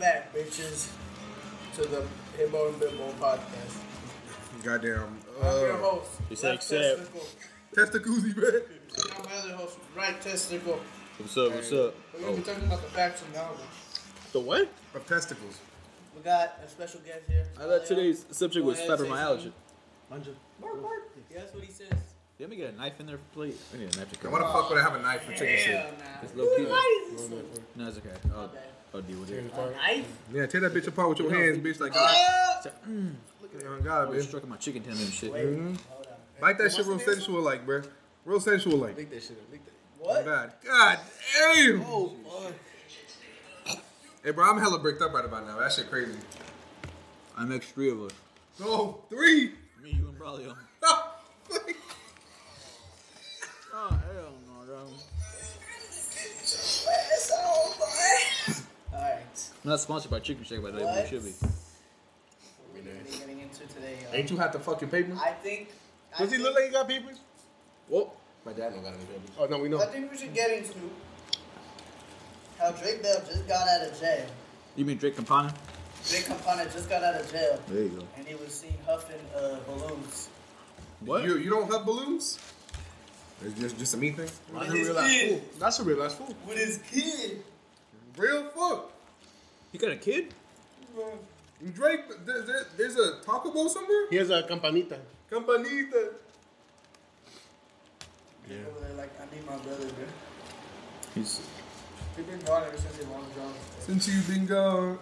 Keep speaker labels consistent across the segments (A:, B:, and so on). A: back, bitches, to the Himbo and Bimbo podcast.
B: Goddamn.
A: I'm your
B: Uh,
A: host,
C: He said
A: Right
C: accept.
A: Testicle.
B: test the koozie, man.
A: I'm the other host, Right Testicle.
C: What's up? What's up? Oh.
A: We're going to be talking about the facts and knowledge.
C: The what?
B: Of testicles.
A: We got a special guest here.
C: I thought today's subject was
A: Go ahead, say
C: fibromyalgia.
A: something. Yeah, that's what he says.
C: Let me get a knife in there, please. I need a knife to
B: And
C: cut.
B: why the fuck would I have a knife for chicken shit?
A: Hell nah.
C: It's low key.
A: is this?
C: No, it's okay. Oh, I'll, I'll deal with it.
A: A knife?
B: Yeah, tear that bitch apart with your hands, bitch. Like God, Look at it on God,
C: I was
B: bitch.
C: struck on my chicken tendon and shit.
B: Like that shit, real sensual, like, bruh. Real sensual, like.
D: Leak that shit up. Leak that.
B: God,
A: What?
B: God damn.
D: Oh, fuck.
B: Hey, bro, I'm hella bricked up right about now. That shit crazy.
C: I makes three of us.
B: No, three.
C: Me, you, and Braulio.
B: No.
C: Oh, hell no, bro.
A: It's all fine. Alright.
C: Not sponsored by Chicken Shake, by the way, but
A: What?
C: it should be.
A: What we're gonna be getting into today, y'all.
B: Ain't you hot the fucking paper?
A: I think. I
D: Does he
A: think-
D: look like he got papers?
C: Whoa.
D: My dad don't got any papers. Oh, no, we know.
A: I think we should get into how Drake Bell just got out of jail.
C: You mean Drake Campana?
A: Drake Campana just got out of jail,
C: There you go.
A: and he was seen huffing uh, balloons.
C: What?
B: You, you don't have balloons? It's just, just a me thing?
C: I
A: With his
C: didn't realize.
A: kid.
D: That's a real ass fool.
A: With his kid.
B: Real fuck.
C: You got a kid?
B: Drake, there, there, there's a Taco Bell somewhere?
D: He has a campanita.
B: Campanita.
A: Yeah. Over there, like I need my brother. Bro.
C: He's.
A: He's been gone ever since he long gone.
B: Since you've been gone.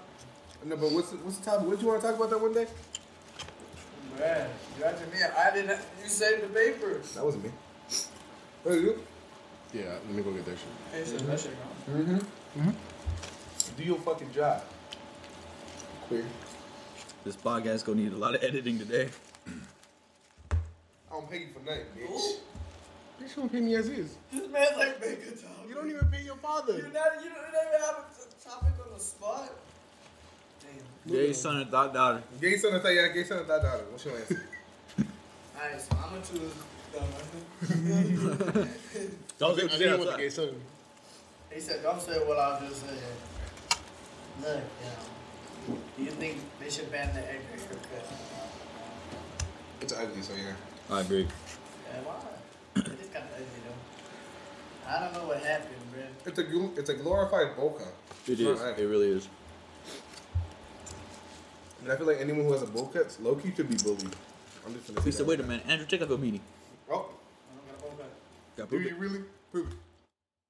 B: No, but what's the, what's the topic? What did you want to talk about that one day?
A: Bruh, you got to me. I didn't. You saved the paper.
B: That wasn't me. Hey, Oh, you?
D: Yeah, let me go get that shit.
A: Hey, so that shit gone.
B: Do your fucking job. Queer.
C: This podcast gonna need a lot of editing today.
B: I don't pay you for nothing, bitch.
D: Bitch, you don't pay me as is.
A: This man's like make a topic.
D: You don't even pay your
A: You're
D: father.
A: not. You don't even have a topic on the spot. Damn.
C: Gay son and thought daughter.
B: Gay son of Thaya, gay son of thy daughter. What's your answer?
A: Alright, so I'm gonna choose dumb.
C: Don't
D: I didn't want to get son.
A: he said, don't say what I just said. Look, you know, do you think they should ban the egg haircut?
B: It's ugly, so yeah.
C: I agree.
A: Yeah, why? It's kind of ugly though. I don't know what happened, bro.
B: It's a gl- it's a glorified boca.
C: It is. It really is.
B: And I feel like anyone who has a bowl cut, low key should be bullied. I'm just gonna say
C: He
B: that.
C: said, wait a minute, Andrew, take up a meeting.
B: Oh,
A: I don't got a bowl cut.
C: Got
B: do
C: pooped.
B: you really? Prove it.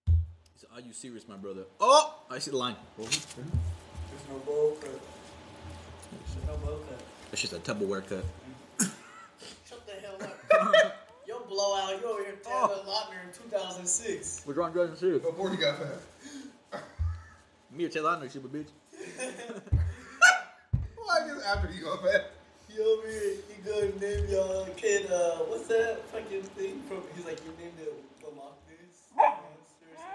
C: He said, Are you serious, my brother? Oh, I see the line.
A: There's no bowl cut. There's no bowl cut.
C: That's just a Tupperware cut.
A: Shut the hell up. Yo, blowout, you over here Taylor Lautner in 2006.
C: We're drawing drugs and serious.
B: Before he got fat.
C: Me or Taylor Lautner, stupid bitch.
B: Why just after he got fat?
A: You over here, you go and name your kid, uh, what's that fucking thing from? He's like, you named it the Loch Ness. Monster or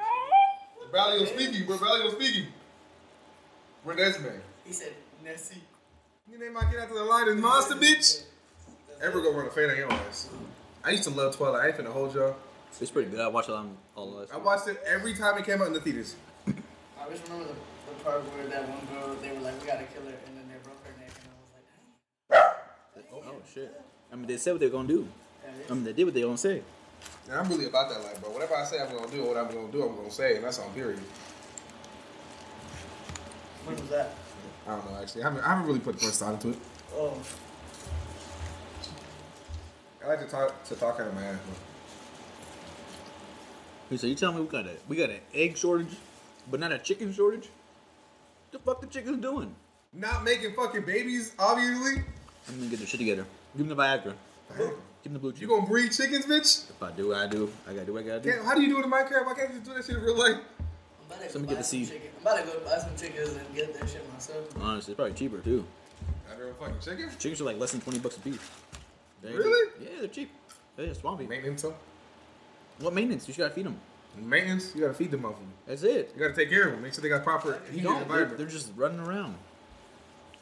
A: some shit.
B: Valley was speaking, bro. Valley was speaking. Renez man.
A: He said, Nessie.
B: You name my kid after the line is monster, bitch. Ever go run a fade on your ass? I used to love Twilight. I ain't finna hold y'all.
C: It's pretty good. I watched it on all of us.
B: I watched it every time it came out in the theaters.
A: I just remember the, the part where that one girl, they were like, we gotta kill her, and then they broke her neck, and I was like, "Damn."
C: Oh, shit. I mean, they said what they were gonna do. I mean, they did what they gonna say.
B: And I'm really about that life, bro. Whatever I say I'm gonna do, what I'm gonna do, I'm gonna say, and that's on period.
A: When was that?
B: I don't know, actually. I haven't, I haven't really put much thought into it.
A: Oh,
B: I like to talk to talk out of my ass, bro.
C: He said, you telling me we got a we got an egg shortage, but not a chicken shortage? The fuck the chickens doing?
B: Not making fucking babies, obviously.
C: I'm gonna get their shit together. Give them the Viagra. Give them the blue
B: You
C: chew.
B: gonna breed chickens, bitch?
C: If I do, I do. I gotta do what I gotta do.
B: Damn, how do you do it in Minecraft? Why can't you do that shit in real
A: I'm
B: life?
A: about to go buy
C: Somebody get
A: some
C: the seed.
A: chicken. I'm about to go buy some chickens and get that shit myself.
C: Honestly, it's probably cheaper too.
B: I do fucking chicken.
C: Chickens are like less than 20 bucks a piece. They-
B: Really?
C: Yeah, they're cheap. They're swampy.
B: Maintenance, so?
C: What maintenance? You just gotta feed them.
B: Maintenance? You gotta feed them off them.
C: That's it.
B: You gotta take care of them. Make sure they got proper heated
C: No, they're,
B: environment.
C: they're just running around.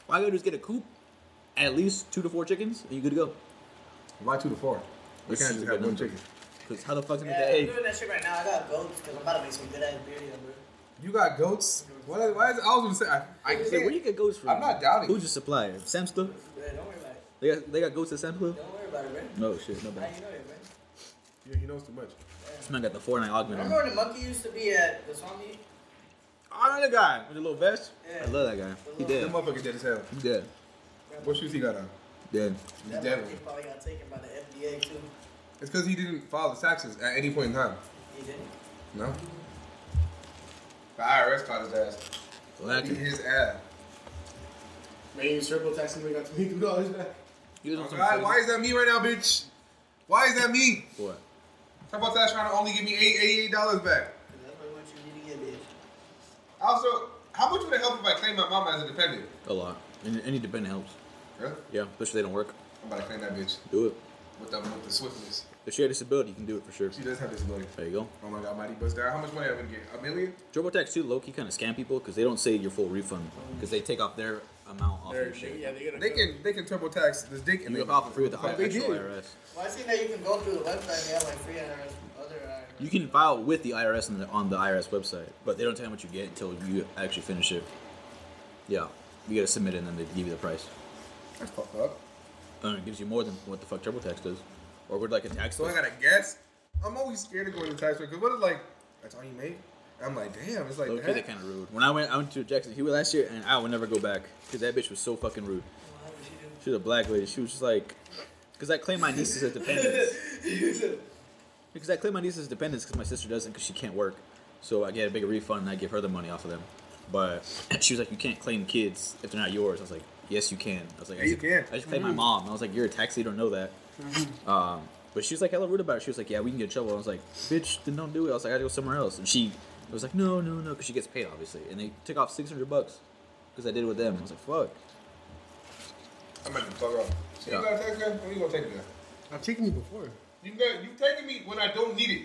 C: All I gotta do is get a coop, at least two to four chickens, and you good to go.
B: Why two to four? We
C: This
B: can't
C: is
B: just
C: a
B: have
C: good
B: one
C: number.
B: chicken.
C: Cause how the fuck's gonna
A: Yeah,
C: get
A: I'm
C: the egg?
A: doing that shit right now. I got goats, because I'm about to make some good ass beer, bro.
B: You got goats? What, why is, I was gonna say, I, I
C: Hey, where
B: can't.
C: you get goats from?
B: I'm not doubting
C: Who's
B: you.
C: your supplier? Sam's Club?
A: Yeah, don't worry about it.
C: They got they got goats at Sam's Club?
A: Don't worry about it, man.
C: No shit, no
A: How
C: bad.
A: you know it, man?
B: Yeah, he knows too much.
C: This man got the Fortnite augment on.
A: Remember when the monkey used to be at the zombie?
C: I know the guy with the little vest.
A: Yeah.
C: I love that guy. He
B: That
C: dead.
B: motherfucker dead as hell.
C: He dead.
B: What shoes he got on?
C: Dead.
B: He's
A: That
B: dead.
A: monkey probably got taken by the FDA too.
B: It's because he didn't file his taxes at any point in time.
A: He didn't.
B: No. The IRS caught his ass.
C: Well, that
B: Beat
C: dude-
B: his ass.
D: Man, you triple tax and we got twenty two dollars back.
C: he was on
B: Oh,
C: some
B: God,
C: crazy-
B: why is that me right now, bitch? Why is that me?
C: What?
B: How about that trying to only give me eight, $88 back?
A: 'Cause That's probably what you need to get, bitch.
B: Also, how much would it help if I claim my mom as a dependent?
C: A lot. Any, any dependent helps.
B: Really?
C: Yeah, especially they don't work.
B: I'm about to claim that bitch
C: Do it.
B: with the, with the swiftness.
C: If she had a disability, you can do it for sure.
B: She does have disability.
C: There you go.
B: Oh my god, mighty bust down. How much money I gonna get? A million?
C: TurboTax too, low key kind of scam people because they don't say your full refund because they take off their amount off your shit.
D: Yeah, they got
B: They can they can turbo tax this dick
C: You
B: and they
C: go file for free with the
B: Oh, they
C: actual
B: did.
C: IRS.
A: Well, I seen that you can go through the website and they have like free IRS from other uh, IRS.
C: You can file with the IRS on the, on the IRS website, but they don't tell you what you get until you actually finish it. Yeah, you gotta submit it and then they give you the price.
B: That's fucked up.
C: And it gives you more than what the fuck TurboTax does, or would like a tax.
B: So I
C: does.
B: gotta guess. I'm always scared of going to the tax because what if like that's all you made? I'm like, damn, it's like
C: Low key,
B: that.
C: they kind of rude. When I went, I went to Jackson Hewitt last year, and I would never go back because that bitch was so fucking rude.
A: Why would you
C: She was a black lady. She was just like, because I claim my niece is a dependent.
A: do?
C: Because I claim my niece's dependents because my sister doesn't because she can't work. So I get a bigger refund and I give her the money off of them. But she was like, you can't claim kids if they're not yours. I was like, yes, you can. I was like,
B: Yeah,
C: I
B: you
C: just,
B: can. Mm-hmm.
C: I just claimed my mom. I was like, you're a tax, you don't know that. Um, but she was like hella rude about it. She was like, yeah, we can get in trouble. I was like, bitch, then don't do it. I was like, I gotta go somewhere else. And she was like, no, no, no, because she gets paid, obviously. And they took off 600 bucks because I did it with them. I was like, fuck.
B: I'm about to fuck up. So
C: Yeah.
B: you got a tax guy? When you gonna take it? guy?
D: I've taken you before.
B: You got you taking me when I don't need it.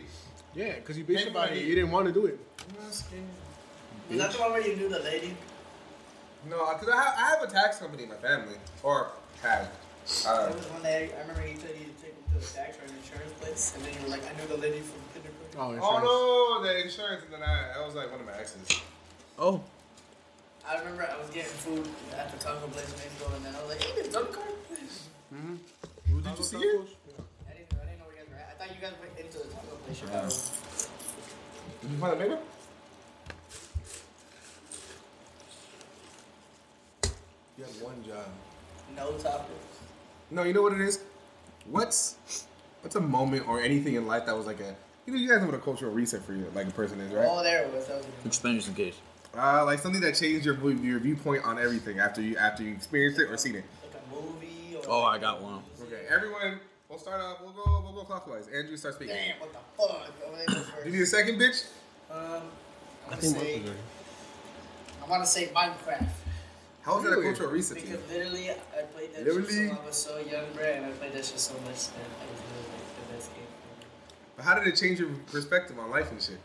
D: Yeah, because you bitched
B: Thank
D: about
B: you.
D: it. You didn't want to do it.
B: I'm not scared.
A: Was that the one where you knew the lady?
B: No, because I have, I have a tax company in my family or have. Uh,
A: That was one that I remember he said he took me to the tax or an insurance place, and then you were like, I knew the lady from kindergarten.
D: Oh,
B: oh no, the insurance and then I that was like one of my exes.
C: Oh,
A: I remember I was getting food at the taco place in Mexico, and then I was like, hey, Dunkin' card.
D: Oh,
B: Did you see it?
A: I didn't, I didn't know where you guys were at. I thought you guys went into the taco place. Chicago.
B: Did you find it later? You have one job.
A: No toppers.
B: No, you know what it is? What's what's a moment or anything in life that was like a you know you guys know what a cultural reset for you like a person is, right?
A: Oh, there it was. That was it.
C: explain just in case.
B: Uh, like something that changed your view- your viewpoint on everything after you after you experienced it or seen it.
A: like a movie. Or
C: Oh, I got one.
B: Okay, everyone, we'll start off. We'll go we'll go clockwise. Andrew, start speaking.
A: Damn, what the fuck? I'm gonna go first.
B: You need a second, bitch.
A: Um, I'm
D: I
A: gonna
D: think
A: say, I want to say Minecraft
B: How was that a
D: Really?
B: cultural reset? To you?
A: because literally I played that
B: Literally?
A: shit so I was so young, bro, and I played that shit so much that I was really like the best game. ever.
B: But how did it change your perspective on life and shit?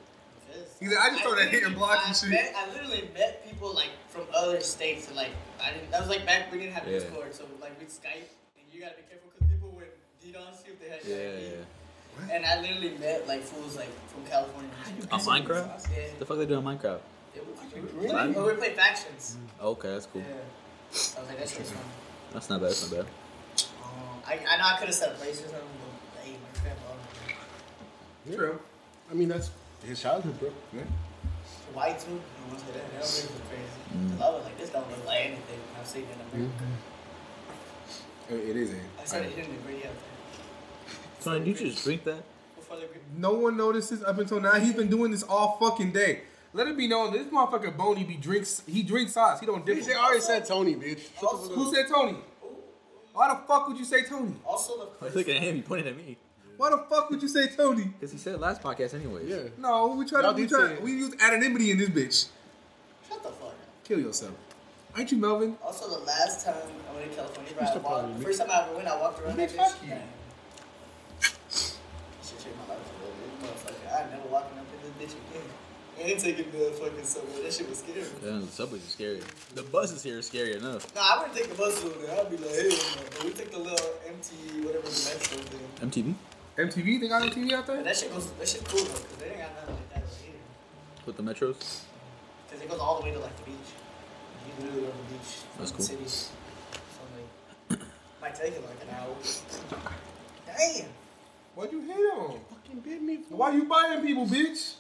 A: Because
B: He's like, I just started hitting
A: literally-
B: blocks and
A: I
B: shit.
A: Met, I literally met people like from other states, and like I didn't. That was like back we didn't have
C: Yeah.
A: Discord, so like with Skype, and you gotta be careful because people would DDoS you if they had
C: Yeah,
A: your
C: yeah,
A: ID.
C: yeah.
A: And I literally met like fools like from California.
C: On Minecraft?
A: Yeah.
C: What the fuck they do on Minecraft?
A: It was,
C: Really?
A: Well, we played factions.
C: Okay, that's Mm, cool.
A: Yeah. I was like, that's just fun.
C: That's not bad. That's not bad.
B: Oh.
A: I, I know I could have said a place or something, but hey, my crap. Um,
D: Yeah.
B: True.
D: I mean, that's his childhood, bro.
B: Yeah.
A: why too? I want to say that. That was really crazy.
C: Mm.
A: 'Cause I was like, this don't look like anything I've seen in America.
B: It- it
D: eh?
B: is. Andrew.
A: I started hitting the gritty out there.
C: So did you just drink that?
A: Before the gritty.
B: No one notices up until now. He's been doing this all fucking day. Let it be known this motherfucker Boney be drinks. He drinks sauce. He don't dip.
D: Bitch, they
B: it.
D: already said Tony, bitch.
B: Who said Tony? Why the fuck would you say Tony?
A: Also, the
C: I was
A: place.
C: looking at him. He pointed at me
B: Why the fuck would you say Tony?
C: because he said last podcast, anyways.
D: Yeah.
B: No, we try to
D: Y'all
B: we
D: did say
B: try
D: it.
B: we use anonymity in this bitch.
A: Shut the fuck up.
B: Kill yourself. Ain't you Melvin?
A: Also, the last time I went to California, bro, I
D: Mr. Party,
A: walked, the
D: bitch.
A: first time I ever went, I walked around that
B: Bitch,
A: bitch.
B: fuck you.
A: Damn. Shit changed my life a little bit, motherfucker. I never walking up in this bitch again. And taking the fucking subway. That shit was scary.
C: Yeah, the subways are scary. The buses here are scary enough.
A: No, I wouldn't take the bus over there. I'd be like, hey, no. but we took the little MT, whatever the metro thing.
C: MTV
B: MTV? They got MTV out
A: But
B: there?
A: that shit goes, that shit cool though, cause they ain't got nothing like that over here.
C: with the metros.
A: because it goes all the way to like the beach. You can literally go to the beach. from
C: That's
A: the
C: cool.
A: City. From like, might take you like an hour. Damn.
B: Why'd you hit him?
C: Fucking bit me.
B: Why you buying people, bitch?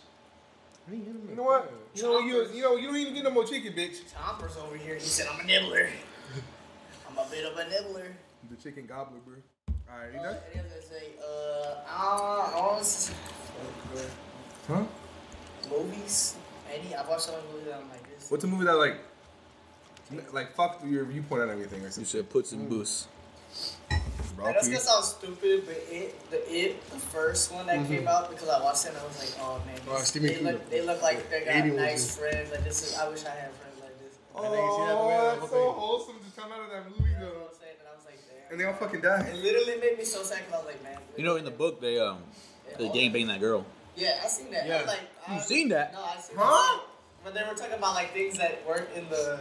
B: You know what? You know you
A: Choppers.
B: you know you don't even get no more chicken, bitch.
A: Chomper's over here. He said, I'm a nibbler. I'm a bit of a nibbler.
B: The chicken gobbler, bro. All right, you
A: Uh,
B: done?
A: and he was gonna say, uh, I don't- I don't see-
B: Huh?
A: movies. Any, I watched some movies that I'm like, this.
B: What's a movie that like, like fucked your viewpoint on everything or
C: You
B: something?
C: said puts and boosts.
A: And that's gonna sound stupid, but it, the it, the first one that came out, because I watched it and I was like, oh man,
D: Mm-hmm. Oh,
A: this-
D: Steven
A: they,
D: Kingdom.
A: look, they look like they got
D: Amy was
A: nice
D: in-
A: friends. Like this is, I wish I had friends like this.
D: I think you see that way,
B: Oh,
D: that whole
B: that's so
D: thing.
B: wholesome to come out of that movie
A: You know
B: though.
A: what I'm saying? And I was like, damn.
B: And they all fucking die.
A: It literally made me so sad because I was like, man.
C: You know, in the book, they um, they gang bang that girl.
A: Yeah, I seen that.
D: Yeah.
A: I'm like, I-
C: You seen that?
A: No, I seen
B: Huh?
A: that. But they were talking about like things that weren't in the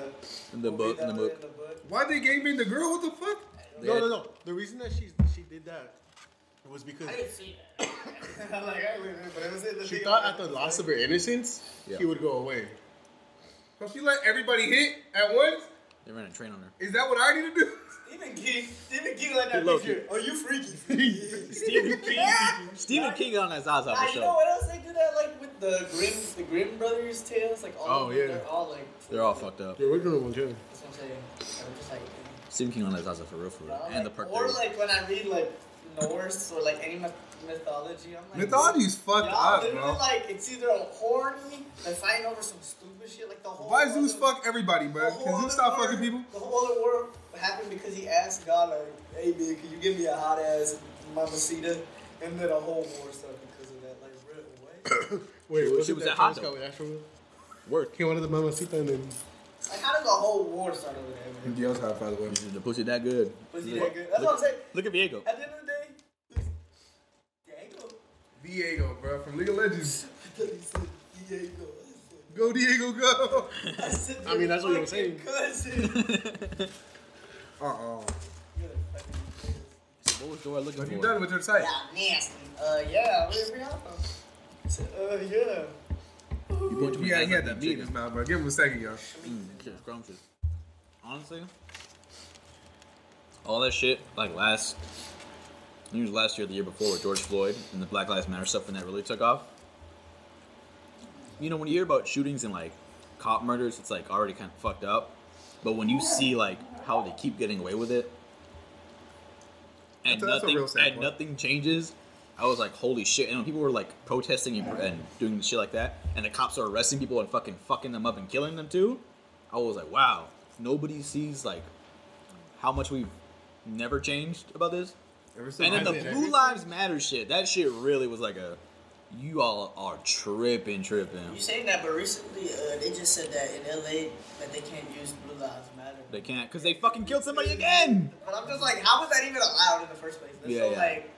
C: In the
A: movie
C: book, in the
A: that were
C: book.
A: In the book.
B: Why they gave me the girl? What the fuck?
C: They
D: No,
C: had-
D: no, no. The reason that she she did that was because
A: I didn't see that. I'm like, I didn't, but it was in the
D: she
A: thing.
D: thought at the loss of her innocence,
C: Yeah.
D: he would go away.
B: So she let everybody hit at once?
C: They ran a train on her.
B: Is that what I need to do?
A: Stephen King, Stephen King like that
C: He low
A: picture.
C: key.
A: Are you freaky? Stephen King.
C: Stephen King on that Zaza for
A: Ah, you know
C: sure.
A: what else they do that like with the Grimm, the Grimm brothers' tales, like all.
D: Oh,
A: of them,
D: yeah.
A: They're all like.
C: They're all fucked up.
D: The original one too.
A: That's what I'm saying. I'm just like.
C: Stephen King on that Zaza for real, for
A: you know,
C: real.
A: like,
C: And the part
A: Or
C: there.
A: like when I read like Norse or like any myth- mythology, I'm like.
B: Mythology's fucked
A: Y'all
B: up,
A: literally
B: bro.
A: like it's either horny, they're fighting over some stupid shit, like the whole.
B: Why Zeus
A: other-
B: fuck everybody,
A: the
B: bro?
A: whole
B: Can
A: other
B: Zeus stop
A: world-
B: fucking people?
A: The whole other world happened because he asked God, like, "Hey, man, can you give me a hot ass mamacita?" And then a whole war started because of that. Like, real what?
D: Wait,
C: She-
D: wasn't
C: she was
D: that
C: a hot
D: Travis
C: dog.
D: Scott with Astro World?
C: Work.
D: He wanted the mamacita and then
A: Like, how does a whole war start over there? man?
B: else have, by the way.
C: The pussy that good.
A: Was he
C: Look-
A: that good? That's
C: look-
A: what I'm saying.
C: Look at Diego.
A: At the end of the day, Diego.
B: Diego, bro, from League of Legends.
A: I thought he said Diego.
B: Go, Diego, go.
A: I, said,
D: I mean, that's what
A: you
D: I'm saying.
A: Cousin.
B: Uh oh.
A: You're the fucking
C: So what was Dora looking
B: But
C: for?
B: you done with your site.
A: Yeah, nasty. Uh, yeah, where we out from? Uh, yeah.
C: You going to
B: Yeah, he had that meat in his mouth, bro. Give him a second, y'all.
C: Mm, Scrumptious. Honestly, all that shit, like last, I think it was last year, or the year before, with George Floyd and the Black Lives Matter stuff when that really took off. You know, when you hear about shootings and like cop murders, it's like already kind of fucked up. But when you see like how they keep getting away with it, and
B: That's a- that's a
C: nothing,
B: real sad
C: and
B: point.
C: nothing changes, I was like, holy shit! And when people were like protesting and, and doing shit like that, and the cops are arresting people and fucking fucking them up and killing them too. I was like, wow, nobody sees like how much we've never changed about this.
B: Ever since
C: And then the
B: I
D: did
B: did
C: Blue Lives Matter shit, that shit really was like a, you all are tripping, tripping.
A: You saying that, but recently uh, they just said that in LA that they can't use Blue Lives Matter.
C: They can't because they fucking killed somebody again.
A: But I'm just like, how was that even allowed in the first place? That's
C: Yeah,
A: so
C: yeah.
A: like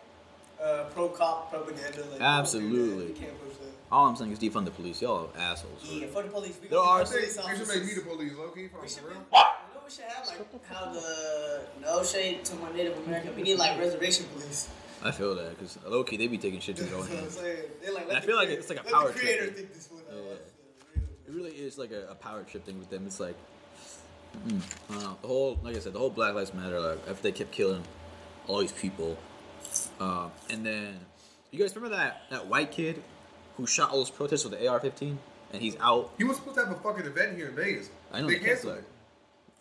A: uh, pro cop propaganda. Like,
C: Absolutely.
A: You can't push that.
C: All I'm saying is defund the police. Y'all are assholes.
A: Yeah, for the police. We
C: There
A: gonna
C: are-
A: be
B: I think
A: police
B: we should make
A: officers.
B: me the police, Loki.
A: We should
B: For
A: be,
B: real.
A: you know we should have like how the no shade to my Native American. We need like reservation police.
C: I feel that because low key they be taking shit to
A: That's
C: go
A: what I'm
C: in.
A: saying. They like.
C: I
A: Let the
C: feel like
A: creator-
C: it's like a
A: let
C: power
A: the
C: trip.
A: creator think this one out.
C: Yeah.
A: That's the real-
C: It really is like a, a power trip thing with them. It's like mm, I don't know, the whole, like I said, the whole Black Lives Matter. Like, after they kept killing all these people, uh, and then you guys remember that that white kid who shot all those protesters with the AR-15, and he's out.
B: He was supposed to have a fucking event here in Vegas.
C: I know
B: They
C: they
B: canceled
C: canceled it.
B: it.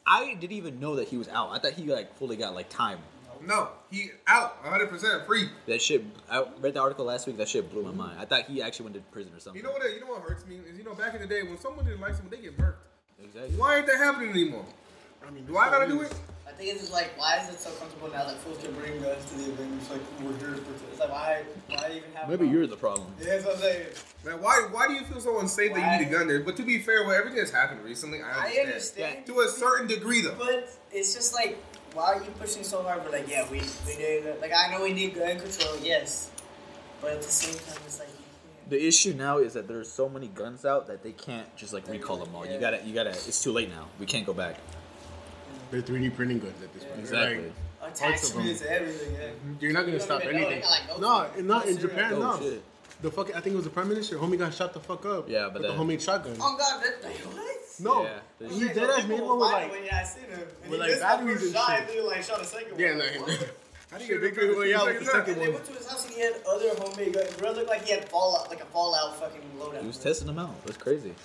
C: I didn't even know that he was out. I thought he like fully got like time.
B: No, he out 100% free.
C: That shit. I read the article last week. That shit blew my mind. I thought he actually went to prison or something.
B: You know what? You know what hurts me is you know back in the day when someone didn't like someone they get murked.
C: Exactly.
B: Why ain't that happening anymore?
D: I mean,
B: Do I gotta do it?
A: I think it's just like, why is it so comfortable now that fools can bring guns to the event? It's like, we're here to protect. It's like, why, why even have
C: Maybe
A: guns?
C: you're the problem.
A: Yeah, that's what I'm saying.
B: Like why? Why do you feel so unsafe that you need a gun there? But to be fair, with everything that's happened recently, I
A: I
B: understand.
A: understand.
B: To a certain degree, though.
A: But it's just like, why are you pushing so hard? We're like, yeah, we, we need it. Like, I know we need gun control, yes. But at the same time, it's like, you
C: The issue now is that there's so many guns out that they can't just like recall them all. You
A: Yeah.
C: gotta, you gotta. It's too late now. We can't go back.
D: They're 3D printing guns at this point. They're
C: Exactly.
D: like,
A: can't. Attachments, everything, yeah.
D: You're not gonna
A: You don't
D: stop
A: even know.
D: anything.
A: They got, like, "Oh,
D: No,
A: no-
D: not
A: no
D: in
A: serial
D: Japan.
C: Oh
D: No,
C: shit.
D: the fucking, I think it was the prime minister. Homie got shot the fuck up.
C: Yeah, but
D: with the
C: then-
D: homemade shotgun.
A: Oh god, that, like, what?
D: No,
C: Yeah.
D: he did that. Made one with like,
A: when, yeah, I seen him. And
D: with,
A: he
D: like,
A: missed the
D: batteries
A: first
D: and
A: shot,
D: shit.
A: and then like shot a second
D: yeah,
A: one. What?
D: like,
B: How do
D: Shit,
B: get
D: they
B: back to
D: couldn't
B: the
D: lay out
B: second
D: with the
B: time?
D: second
A: And they went to his house and he had other homemade guns. Bro, it looked like he had fallout, like a fallout fucking loadout.
C: He was
A: bro.
C: testing them out. That's crazy.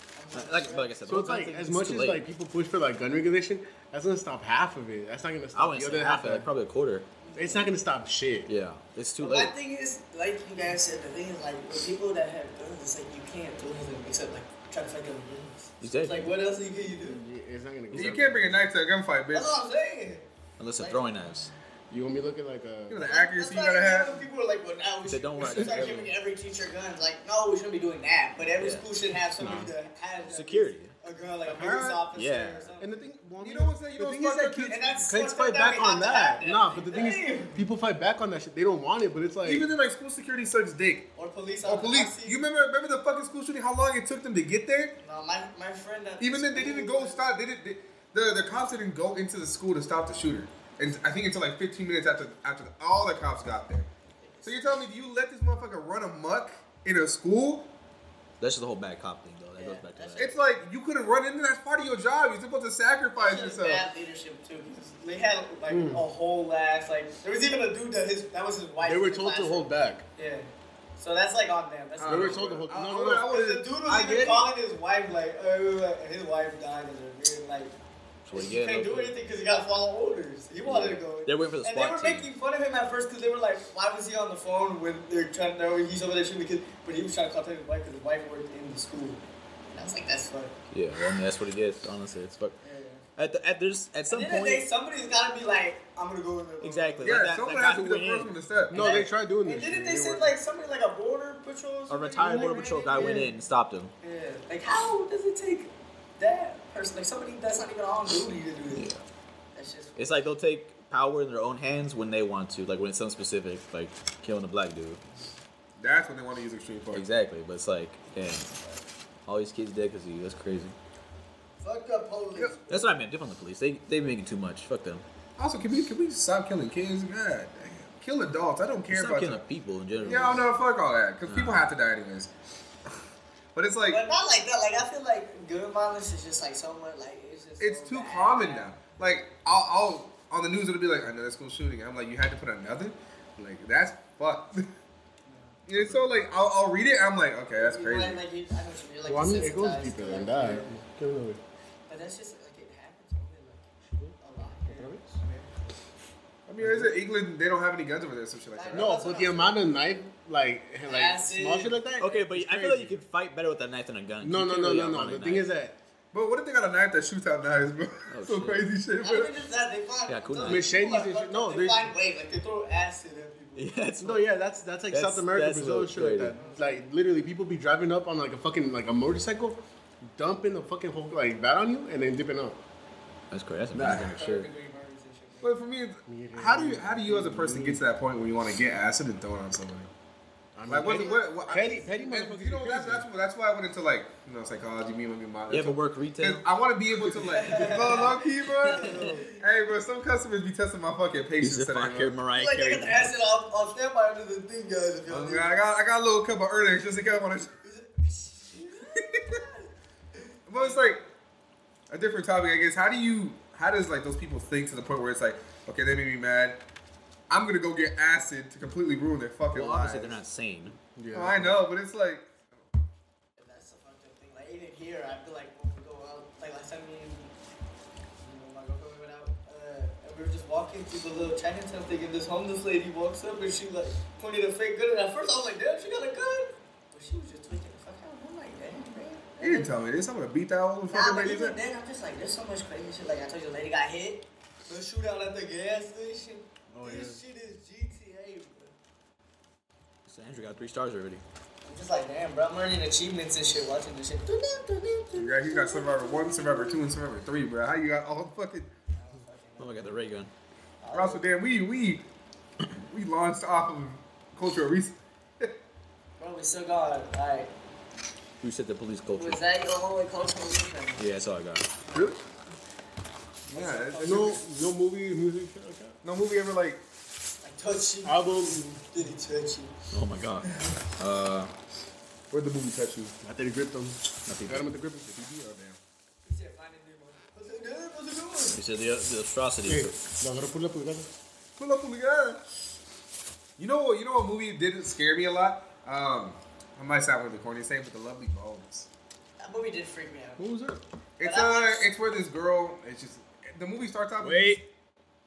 C: Like, like I said, the
D: so
C: whole
D: it's like
C: concept
D: as
C: is
D: much
C: too
D: as
C: late.
D: like people push for like gun regulation, that's gonna stop half of it. That's not gonna
C: I
D: stop
C: wouldn't
D: the
C: say
D: other
C: half,
D: half.
C: but like probably a quarter.
D: It's not gonna stop shit.
C: Yeah, it's too
A: My
C: late.
A: thing is, like you guys said, the thing is, like, with people that have guns, it's like you can't do anything except, like, try to fight them guns. It's
C: Exactly.
A: like, what else do you- can you do?
D: Yeah, It's not gonna. Go
B: You can't bring a knife to a gunfight,
A: That's
B: bitch.
A: what I'm saying.
C: Unless they're throwing knives.
D: You gonna be looking like a.
B: You know the
A: That's
B: accuracy you
A: why
B: gotta
A: when
B: have.
A: People are like, well, now we
C: They
A: should,
C: don't
A: we
C: want
A: should
C: to
A: start
C: do
A: giving every teacher guns. Like, no, we shouldn't be doing that. But every
C: Yeah.
A: school should have somebody that has
C: Security.
A: A gun, like a police
D: Uh-huh.
A: officer
C: Yeah.
A: or something.
D: And the thing, well,
B: You know what's that- you
D: the
B: know
D: thing
B: what's
D: is that
B: fucked up?
D: kids,
A: And that's
D: kids
A: fucked up
D: fight
A: that
D: back
A: we
D: on
A: have to
D: that.
A: have that.
D: Nah, but the thing is,
A: Damn.
D: people fight back on that shit. They don't want it, but it's like
B: Even then, like school security sucks dick.
A: Or Oh, police
B: Or
A: officer.
B: Oh, police. You remember remember the fucking school shooting? How long it took them to get there?
A: No, my, my friend at
B: Even then, they
A: school-
B: didn't go stop. They didn't. They, the the cops didn't go into the school to stop the shooter. And I think until like 15 minutes after after all the cops got there. So you're telling me you let this motherfucker run amok in a school?
C: That's just the whole bad cop thing, though. That
A: Yeah,
C: goes back to
A: that's
C: that.
B: It's like you could have run into that part of your job. You're supposed to sacrifice
A: It's
B: yourself.
A: bad leadership too. 'cause They had like
C: Mm.
A: a whole last like there was even a dude that his that was his wife.
D: they were
A: in the
D: told to
A: classroom.
D: hold back.
A: Yeah, so that's like on them. That's
B: I
A: on
D: They
B: don't
D: were
A: them.
B: know,
D: told to hold-
B: I-
D: no,
B: I
D: no,
B: would've-
D: no.
A: Because
B: I would've-
A: the dude was
B: I
A: even
B: get it.
A: calling his wife like, uh, and his wife died as a real like.
C: So,
A: he
C: yeah,
A: can't
C: no-
A: do anything because he got to follow orders. He wanted to go. in.
C: They were waiting for the
A: And they were
C: SWAT team.
A: making fun of him at first because they were like, "Why was he on the phone when they're trying to know he's over there shooting the kid?" But he was trying to contact his wife because his wife worked in the school. And I was like, "That's fun."
C: Yeah, well, I mean, that's what it is. Honestly, it's fuck.
A: Yeah.
C: At the, at there's at some
A: At the end of the day,
C: point.
A: somebody's got to be like, "I'm gonna go in there."
C: Exactly.
B: Yeah,
C: like that,
B: someone
C: that
B: has
C: guy
B: to be the
C: who went
B: first
C: in.
B: one to step.
D: No, they tried doing
A: And
D: this.
A: didn't
D: shit.
A: they
D: were-
A: say like somebody like a border patrol? or
C: A
A: something?
C: retired
A: Like,
C: border
A: ran
C: patrol guy went in and stopped him.
A: Yeah, like how does it take that person, like somebody that's not even on duty, to do this?
C: Yeah.
A: That's just.
C: It's like they'll take power in their own hands when they want to, like when it's something specific, like killing a black dude.
B: That's when they want to use extreme force.
C: Exactly, but it's like, damn, all these kids dead because of you. That's crazy.
A: Fuck up police.
B: Yeah.
C: That's what I meant. Dip on the police. They they making too much. Fuck them.
B: Also, can we can we stop killing kids? God, damn. kill adults. I don't care
C: Stop
B: about
C: killing
B: them.
C: people in general.
B: Yeah, no, fuck all that. Because people have to die anyways. but it's like
A: But not like that. Like I feel like gun violence is just like somewhat like it's just.
B: it's
A: so
B: too
A: bad.
B: common now. Like I'll, I'll on the news it'll be like another school shooting. I'm like, you had to put another. Like that's fucked. It's so like I'll, I'll read it. I'm like, okay, that's
A: You
B: crazy.
A: know, like, you- I know what you mean, like,
D: Well, I mean, it goes
A: desensitized
D: deeper
A: to,
D: than
A: like,
D: that.
A: yeah. But that's just like it happens really, like, a lot. here.
B: I mean, is it England? They don't have any guns over there, some shit like that.
D: No, but the amount of knife, like, like
A: Acid.
D: small shit like that.
C: Okay, but
D: it's
C: I feel like
D: crazy.
C: you could fight better with a knife than a gun.
D: No,
C: You
D: no,
C: can't
D: no,
C: really
D: no, no.
C: outrun a
D: The thing
C: knife.
D: is that
B: But what if they got a knife that shoots out knives, bro?
C: Oh,
B: Some
C: shit.
B: crazy shit,
A: Not
B: bro.
A: even just that, they find
C: Yeah, cool
A: sometimes
C: knife.
A: people
D: Machetes
A: are
D: and
A: fucked
D: shit.
A: up,
D: No,
A: they
D: there's-
A: find ways. Like they throw acid at people.
C: Yeah, it's
D: No, yeah, that's that's like
C: That's-
D: South America,
C: that's
D: Brazil,
C: what-
D: shit like
C: right.
D: that. Like literally, people be driving up on like a fucking like a motorcycle, dumping the fucking whole like bat on you, and then dipping up.
C: That's crazy. That's
B: Nah.
C: amazing, sure.
B: But for me, it's- how do you how do you as a person get to that point where you want to get acid and throw it on somebody?
D: I mean,
B: Like what?
D: petty-
B: what, what
D: petty, petty
B: and,
D: motherfuckers.
B: You know
D: be
B: that's,
D: crazy.
B: that's that's why I went into like you know psychology, me and my mom.
C: You ever work
B: Cause
C: retail?
B: I want to be able to like no low key, bro. hey, bro, some customers be testing my fucking patience
C: He's a
B: today.
C: fucker,
B: bro.
C: Mariah
A: Like they
C: Carey.
A: got the acid off, off standby under the thing, guys. If y'all
B: Oh,
A: need
B: God, I got I got a little cup of earnings just in case I want to. But it's like a different topic, I guess. How do you? How does like those people think to the point where it's like, okay, they made me mad. I'm gonna go get acid to completely ruin their fucking
C: Well,
B: lives.
C: obviously they're not sane.
B: Oh, I know, but it's like
A: And that's the fucked up thing. Like even here, I feel like when we go out, like last time me and you know, my girlfriend we went out, uh, and we were just walking through the little Chinatown thing, and this homeless lady walks up and she like pointed a fake gun. And at first I was like, damn, she got a gun, but she was just tweaking the fuck out. And I'm like, damn, man.
B: you didn't tell me this. I'm gonna beat that old
A: Nah, but
B: fucking lady.
A: even then, I'm just like, there's so much crazy shit. Like I told you, the lady got hit. The shootout at the gas station.
D: Oh,
A: this shit is GTA, bro.
C: So Andrew got three stars already.
A: I'm just like, damn, bro, I'm learning achievements and shit watching this shit.
B: You got, you got Survivor one, Survivor two, and Survivor three, bro. How you got all fucking?
C: Oh my god, the ray gun.
B: We're also damn. We we we launched off of cultural research.
A: Bro, we still gone. Alright.
C: Who said the police culture?
A: Was that your whole cultural weekend?
C: Yeah, that's all I got.
B: Really? Yeah. it's-
D: Oh, No, no movie, music, shit like that.
B: No movie ever like
A: Like touch you?
D: Album.
A: Did he touch you?
C: Oh my god. Uh,
B: Where'd the movie touch you?
D: I think he gripped him.
C: nothing.
D: Got him with the grip.
B: Oh, damn.
A: He said, "Finding Nemo." I was like, "Damn, that's a good one."
C: You said the, the atrocity.
D: Hey, y'all gotta pull up together.
B: Pull up on the guy. You know what? You know what movie didn't scare me a lot? Um, I might sound like the corny saying, but The Lovely Bones.
A: That movie did freak me out.
D: What was that?
B: It's uh, it's where this girl. It's just the movie starts out. with-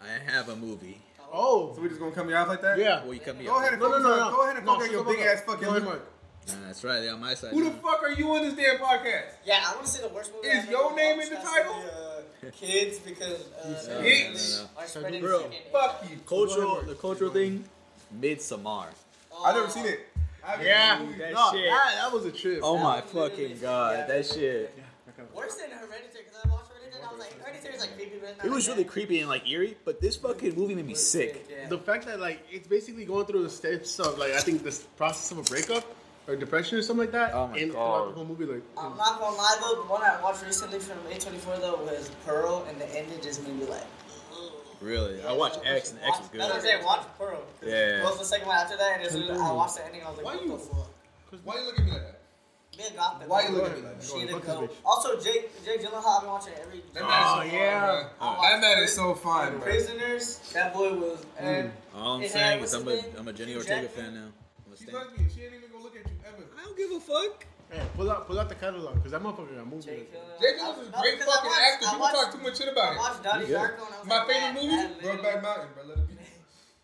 C: I have a movie.
B: So
D: Oh,
B: we just gonna come you out like that?
D: yeah.
C: Well, you cut me
B: Go
C: off.
B: ahead and
D: No, no,
B: focus
D: no,
B: on-
D: no.
B: Go ahead and
D: No,
B: focus on your
D: go
B: big
D: ahead.
B: ass fucking.
D: Go ahead,
B: look.
D: Mark.
C: Nah, that's right. They're on my side.
B: Who the
C: now.
B: fuck are you on this damn podcast?
A: Yeah, I want to say the worst movie.
B: Is
A: I've ever
B: your name
A: watched
B: in the
A: has
B: title?
A: to be, uh, kids, because uh,
C: No, no, no,
B: Bitch.
C: no.
A: are spreading
C: Bro,
A: fucking hate.
B: Fuck you.
D: Go
C: Cultural,
D: ahead,
C: the
D: Mark.
C: cultural thing. Midsommar.
A: Oh,
B: I've never seen it. I haven't
D: Yeah.
B: seen it.
C: That
D: No,
C: shit.
D: that, that was a trip.
C: Oh
A: That
C: my
A: was literally
C: fucking
A: the-
C: god,
A: yeah.
C: that shit.
A: Worse than Hereditary, because I watched Hereditary, and I was like, Hereditary is like creepy, but it's not
C: It was
A: like
C: really
A: that.
C: creepy and like eerie, but this fucking movie made me sick.
A: Yeah.
D: The fact that like it's basically going through the steps of like I think this process of a breakup or depression or something like that.
C: Oh my
D: and
C: God.
D: throughout the whole movie, like
A: I'm not gonna lie though, the one I watched recently from A24 though was Pearl, and the ending just made me like. ugh.
C: Really, I watched X and X was
A: That's what I'm saying,
C: good.
A: watch Pearl.
C: Yeah.
A: What was the second one after that? And as soon as I watched the ending, I was like,
B: Why
A: what
B: you-
A: the fuck?
B: Why you looking at me like that?
A: Me and Gotham.
B: Why you looking at me like that?
A: She didn't
D: Fuck this
A: go.
D: bitch.
A: Also, Jake Jake Gyllenhaal. I've been watching every.
B: That man is so
D: Oh, yeah.
B: fine, bro. That man is so fine, bro.
A: Prisoners. That boy was.
C: Mm.
A: And
C: All I'm
A: It had-
C: saying
A: what's
C: is I'm
A: his
C: a
A: name?
C: I'm a Jenny
A: Hugh
C: Ortega
A: Jackman?
C: fan now. I'm a
B: She
C: stan.
B: loves you. She ain't even gonna look at you ever.
C: I don't give a fuck.
D: hey, pull out pull out the catalog because that motherfucker got moved.
A: Jake Gyllenhaal.
B: Jake Gyllenhaal is a
A: No,
B: great
A: because I
B: fucking
A: watched-
B: actor.
A: I
B: People
A: watched-
B: talk too much shit about
A: I
B: him.
A: watched Donnie
C: He good.
A: Darko and I was
B: My
A: like, that-
B: favorite movie,
A: that
B: Brokeback
A: literally-
B: Mountain, bro. Let it be.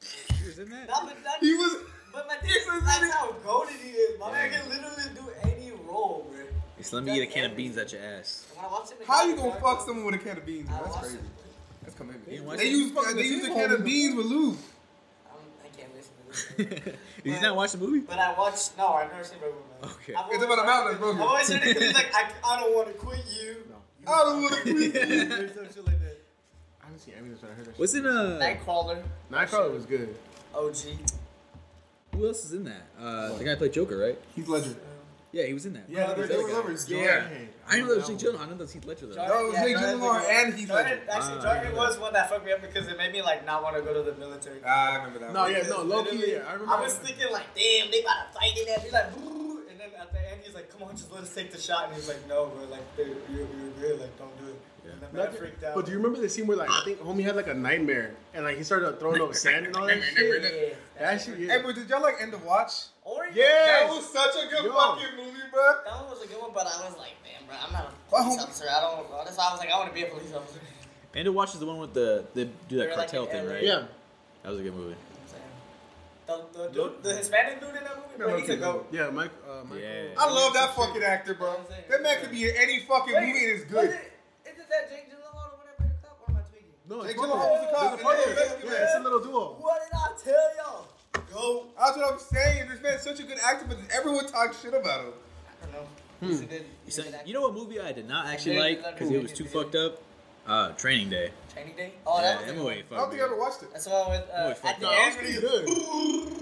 C: She was in that.
A: No, but that-
B: He was.
A: But my thing is, that's how goaded he is. My man
C: Yeah.
A: can literally do any role, bro. And
C: Just let me eat a can of beans at your ass.
A: when I watched him in
B: How you gonna
A: Darko,
B: fuck someone with a can of beans?
A: I
B: Bro? That's
A: watched
B: crazy.
A: him.
B: That's coming.
C: You watch
B: They
C: it?
B: use fucking. They use a can of beans with Lou.
A: I'm, I can't listen to this.
C: Did you not watch the movie?
A: But I watched. No, I've never seen Brokeback Mountain.
C: Okay.
A: I've
B: It's about a mountain, bro.
A: I've always heard it 'cause he's like, I, I don't want to quit you.
B: I don't want to quit.
D: There's some shit like that. I haven't seen any of this, but I heard that.
C: What's in uh?
A: Nightcrawler,
D: shit. Nightcrawler was good.
A: OG.
C: Who else is in that? Uh, the guy who played Joker, right?
B: He's legend.
C: Yeah, he was in that.
B: Yeah,
A: they're-
B: they were
A: they're-
B: lovers.
C: Yeah.
B: Yeah.
C: I know that was Jake Gyllenhaal. I know that was Heath Ledger though.
B: That was
A: Yeah,
B: Jake
A: Jordan's
B: Gyllenhaal
A: like-
B: and Heath
A: Jordan,
B: Ledger.
A: actually,
C: Ah,
A: Jordan
C: yeah.
A: was one that fucked me up because it made me like not want to go to the military.
B: Ah, I remember that.
D: No,
B: one.
D: yeah, no, low key. Yeah, I remember.
A: I was thinking like, damn, they about to fight in that. He's like, "Boo," and then at the end, he's like, come on, just let us take the shot. And he's like, no, bro, like, you're, you're, you're good, like, don't do it. And then I
D: Nothing-
A: freaked out.
D: But do you remember the scene where like I think homie had like a nightmare and like he started throwing up sand and all that
A: yeah,
D: shit?
A: yeah,
D: That shit,
B: Hey,
D: yeah.
B: but did y'all like End of Watch?
A: Or
D: Yeah.
B: That
D: Yes.
B: was such a good
D: Yo.
B: fucking movie, bro.
A: That one was a good one, but I was like, damn, bro, I'm not a
B: Why
A: police
B: who-
A: officer. I don't. Bro. That's why I was like, I want to be a police officer.
C: And to watch is the one with the they
A: They
C: do that
A: were, like,
C: cartel
A: in
C: thing,
A: LA.
C: right?
D: Yeah.
C: That was a good movie.
A: The, the, dude, the Hispanic dude in that movie, bro, he's a goat.
D: Yeah, Mike. Uh, Michael.
C: Yeah.
B: I love that fucking actor, bro. That man could be in any fucking
A: Wait,
B: movie and it's
A: was
B: good.
A: it- Isn't that Jake Gyllenhaal the one that played the cop, or am I tweaking?
D: No, it's
B: Jake
D: Michael.
B: Gyllenhaal was a cop.
D: It's Michael.
B: and then-
D: Yeah, it's a little duo.
A: What did I tell y'all? Go.
B: That's what I'm saying. This man's such a good actor, but everyone talks shit about him.
A: I don't know. He's a good.
C: You
A: He's a
C: Hmm. said-
A: good actor.
C: you know what movie I did not actually
A: Yeah,
C: like
A: that's
C: because it was
A: cool.
C: too fucked up? Uh, Training Day.
A: Training Day. Oh,
C: yeah,
A: that was a
C: that
A: good
C: movie
B: I don't
C: fucked
B: think
C: me.
B: I ever watched it.
A: That's the one with
C: That
A: uh,
C: movie
A: at
C: fucked
A: the
C: up.
A: end.
D: Pretty good.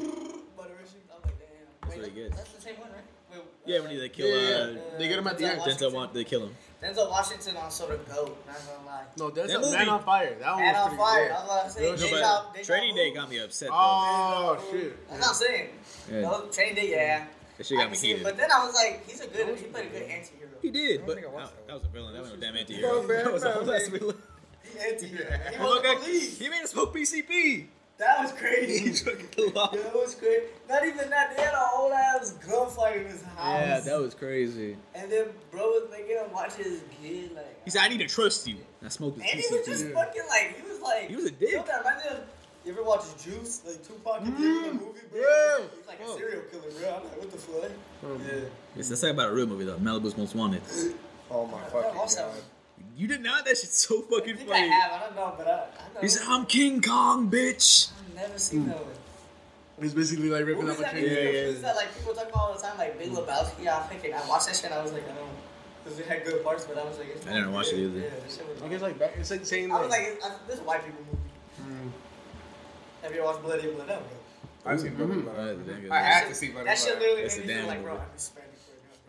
A: Moderation. I'm like, damn. Wait,
C: really
A: that-
C: good.
A: That's the same one, right? Wait,
C: Yeah,
A: uh,
C: when he they kill
D: Yeah, yeah,
C: uh,
D: yeah. They get him at the end.
A: Denzel
C: Denzel want they kill him.
A: Denzel Washington also the goat. Not gonna lie.
D: No, that's
C: That
D: a Man
C: movie-
D: on Fire. That one
A: Man
D: was
A: on
D: pretty
A: fire.
D: good.
A: I was about to say.
D: No,
A: Deja-
C: but
A: Deja
C: Training
A: Vu.
C: Day got me upset though.
D: Oh shit.
A: That's what I'm saying.
C: Yeah.
A: No, Training Day, yeah.
C: that shit got
A: I
C: me
A: can see it,
C: heated.
A: But then I was like, he's a good. He played a good anti-hero.
C: he did,
B: don't
C: but
B: think I
C: that,
B: watched that
C: that was a villain. That was a damn
B: Bro,
C: anti-hero.
B: man,
C: That was a
B: no,
C: whole ass
B: man.
C: villain.
A: He anti-hero. He
C: Look
A: was
C: at-
A: a police.
C: He made us smoke PCP.
A: That was
C: He
A: crazy.
C: took it off.
A: That was crazy. Not even that. They had a whole ass gunfight in his house.
C: Yeah, that was crazy.
A: And then bro was making him watch his kid like.
C: He said, "I need to trust you." And I smoked his
A: And he was just
C: PCP.
A: fucking like he was like
C: He was
A: You
C: a
A: know
C: dick.
A: what that reminds me of? You ever watch Juice? Like Tupac and Biggie,
C: Mm-hmm.
A: the movie, bro.
D: yeah.
A: He's like
D: Oh.
A: a serial killer, bro. I'm like, what the fuck?
C: Oh,
A: yeah.
C: Yes, that's like about a real movie though. Malibu's Most Wanted.
B: Oh my
A: I watched that one.
C: You did not. That shit's so
A: I
C: fucking
A: think I
C: funny.
A: have. I don't know, but I, I know.
C: He said, "I'm King Kong, bitch."
A: I've never seen that one.
D: He's basically like ripping
A: Movies that,
D: up a tree.
A: make me confused that like people talk about all the time, like Big Lebowski. I think it- I watched that shit. and I was like, I don't, because it had good parts, but I was like, it's
C: I didn't
A: not
C: watch it
A: good.
C: either.
A: Yeah, that shit was.
D: Like it's like back, it's like saying
A: I was
D: like,
A: like, it's, I, this is a white people movie.
C: Hmm.
A: Have you ever watched Bloody and Blood Up? bro?
B: I've seen
D: Mm-hmm.
B: Brooklyn.
C: That
B: Nine-Nine.
C: was damn good.
B: I had
A: shit-
B: to see Bloody
A: That
B: and
A: shit
B: Blood.
A: literally
C: That's
A: made
C: a
A: me feel
C: damn
A: like, bro,
C: movie.
A: I'm Hispanic